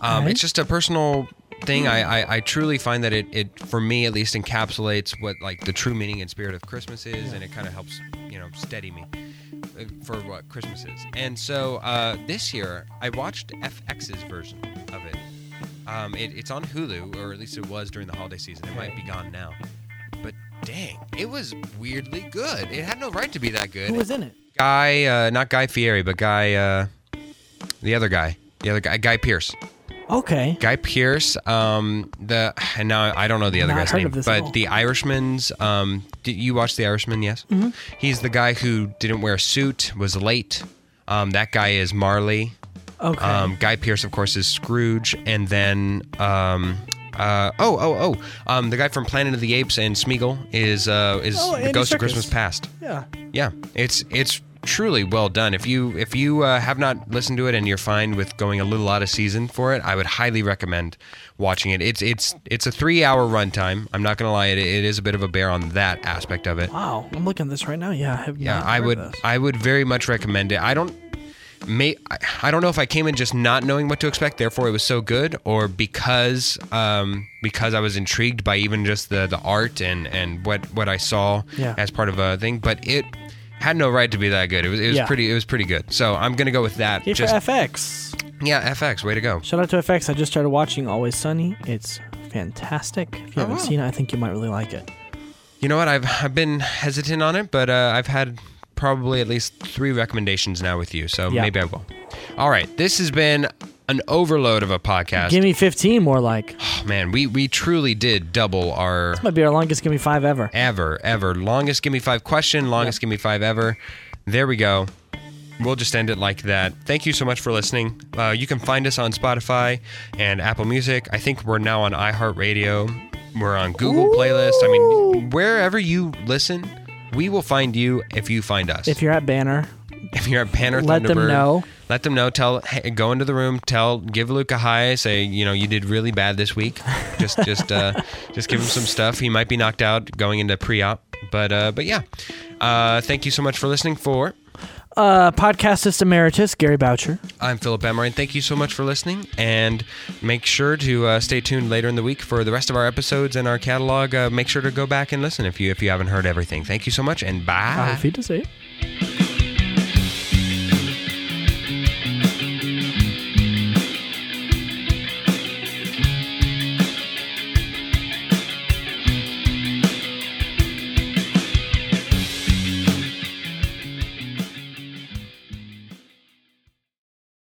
[SPEAKER 1] Um, It's just a personal thing. I, I, I truly find that it, it, for me at least, encapsulates what like the true meaning and spirit of Christmas is, and it kind of helps you know steady me uh, for what Christmas is. And so uh, this year, I watched FX's version of it. Um, it. It's on Hulu, or at least it was during the holiday season. It might be gone now, but dang, it was weirdly good. It had no right to be that good
[SPEAKER 2] Who was in it?
[SPEAKER 1] guy, uh, not Guy Fieri, but guy, uh, the other guy, the other guy, Guy Pierce,
[SPEAKER 2] Okay.
[SPEAKER 1] Guy Pierce. Um, the and now I don't know the other
[SPEAKER 2] Not
[SPEAKER 1] guy's
[SPEAKER 2] heard
[SPEAKER 1] name,
[SPEAKER 2] of this at all.
[SPEAKER 1] but the Irishman's. Um, did you watch the Irishman? Yes. Mm-hmm. He's the guy who didn't wear a suit, was late. Um, that guy is Marley.
[SPEAKER 2] Okay.
[SPEAKER 1] Um, Guy Pierce, of course, is Scrooge, and then um, uh, oh oh oh, um, the guy from Planet of the Apes and Smeagol is uh, is
[SPEAKER 2] Oh,
[SPEAKER 1] the
[SPEAKER 2] Andy
[SPEAKER 1] Ghost
[SPEAKER 2] Serkis.
[SPEAKER 1] of Christmas Past.
[SPEAKER 2] yeah.
[SPEAKER 1] Yeah, it's it's truly well done. If you if you uh, have not listened to it and you're fine with going a little out of season for it, I would highly recommend watching it. It's it's it's a three hour runtime. I'm not gonna lie, it, it is a bit of a bear on that aspect of it.
[SPEAKER 2] Wow. I'm looking at this right now. Yeah. I have
[SPEAKER 1] Yeah,
[SPEAKER 2] not
[SPEAKER 1] Uh, I
[SPEAKER 2] heard
[SPEAKER 1] would
[SPEAKER 2] of this.
[SPEAKER 1] I would very much recommend it. I don't may I- I don't know if I came in just not knowing what to expect, therefore it was so good, or because um, because I was intrigued by even just the the art and and what what I saw
[SPEAKER 2] Yeah.
[SPEAKER 1] as part of a thing. But it had no right to be that good. It was it was
[SPEAKER 2] Yeah.
[SPEAKER 1] pretty it was pretty good. So I'm gonna go with that.
[SPEAKER 2] Yay for
[SPEAKER 1] Just
[SPEAKER 2] FX.
[SPEAKER 1] yeah, FX, way to go.
[SPEAKER 2] Shout out to FX. I just started watching Always Sunny. It's fantastic.
[SPEAKER 1] Oh,
[SPEAKER 2] If you haven't seen it, I think you might really like it.
[SPEAKER 1] You know what? I've I've been hesitant on it, but uh, I've had probably at least three recommendations now with you, so
[SPEAKER 2] Yeah.
[SPEAKER 1] maybe I will. All right, this has been an overload of a podcast.
[SPEAKER 2] Give me 15 more like.
[SPEAKER 1] Oh, man, we we truly did double our
[SPEAKER 2] Might be our longest Give Me 5 ever.
[SPEAKER 1] ever ever longest give me five question, longest give me five ever. There we go. We'll just end it like that. Thank you so much for listening. Uh, you can find us on Spotify and Apple Music. I think we're now on iHeartRadio. We're on Google Playlist. I mean, wherever you listen, we will find you if you find us.
[SPEAKER 2] If you're at Banner,
[SPEAKER 1] If you're at Banner
[SPEAKER 2] Let them
[SPEAKER 1] Thunderbird,
[SPEAKER 2] know.
[SPEAKER 1] Let them know. Tell hey, go into the room. Tell give Luke a hi. Say you know you did really bad this week. Just just uh, just give him some stuff. He might be knocked out going into pre-op. But uh, but yeah, uh, thank you so much for listening. For
[SPEAKER 2] uh, podcastist emeritus, Gary Boucher.
[SPEAKER 1] I'm Philip Emmerine. Thank you so much for listening, and make sure to uh, stay tuned later in the week for the rest of our episodes and our catalog. Uh, make sure to go back and listen if you if you haven't heard everything. Thank you so much, and bye.
[SPEAKER 2] Auf Wiedersehen.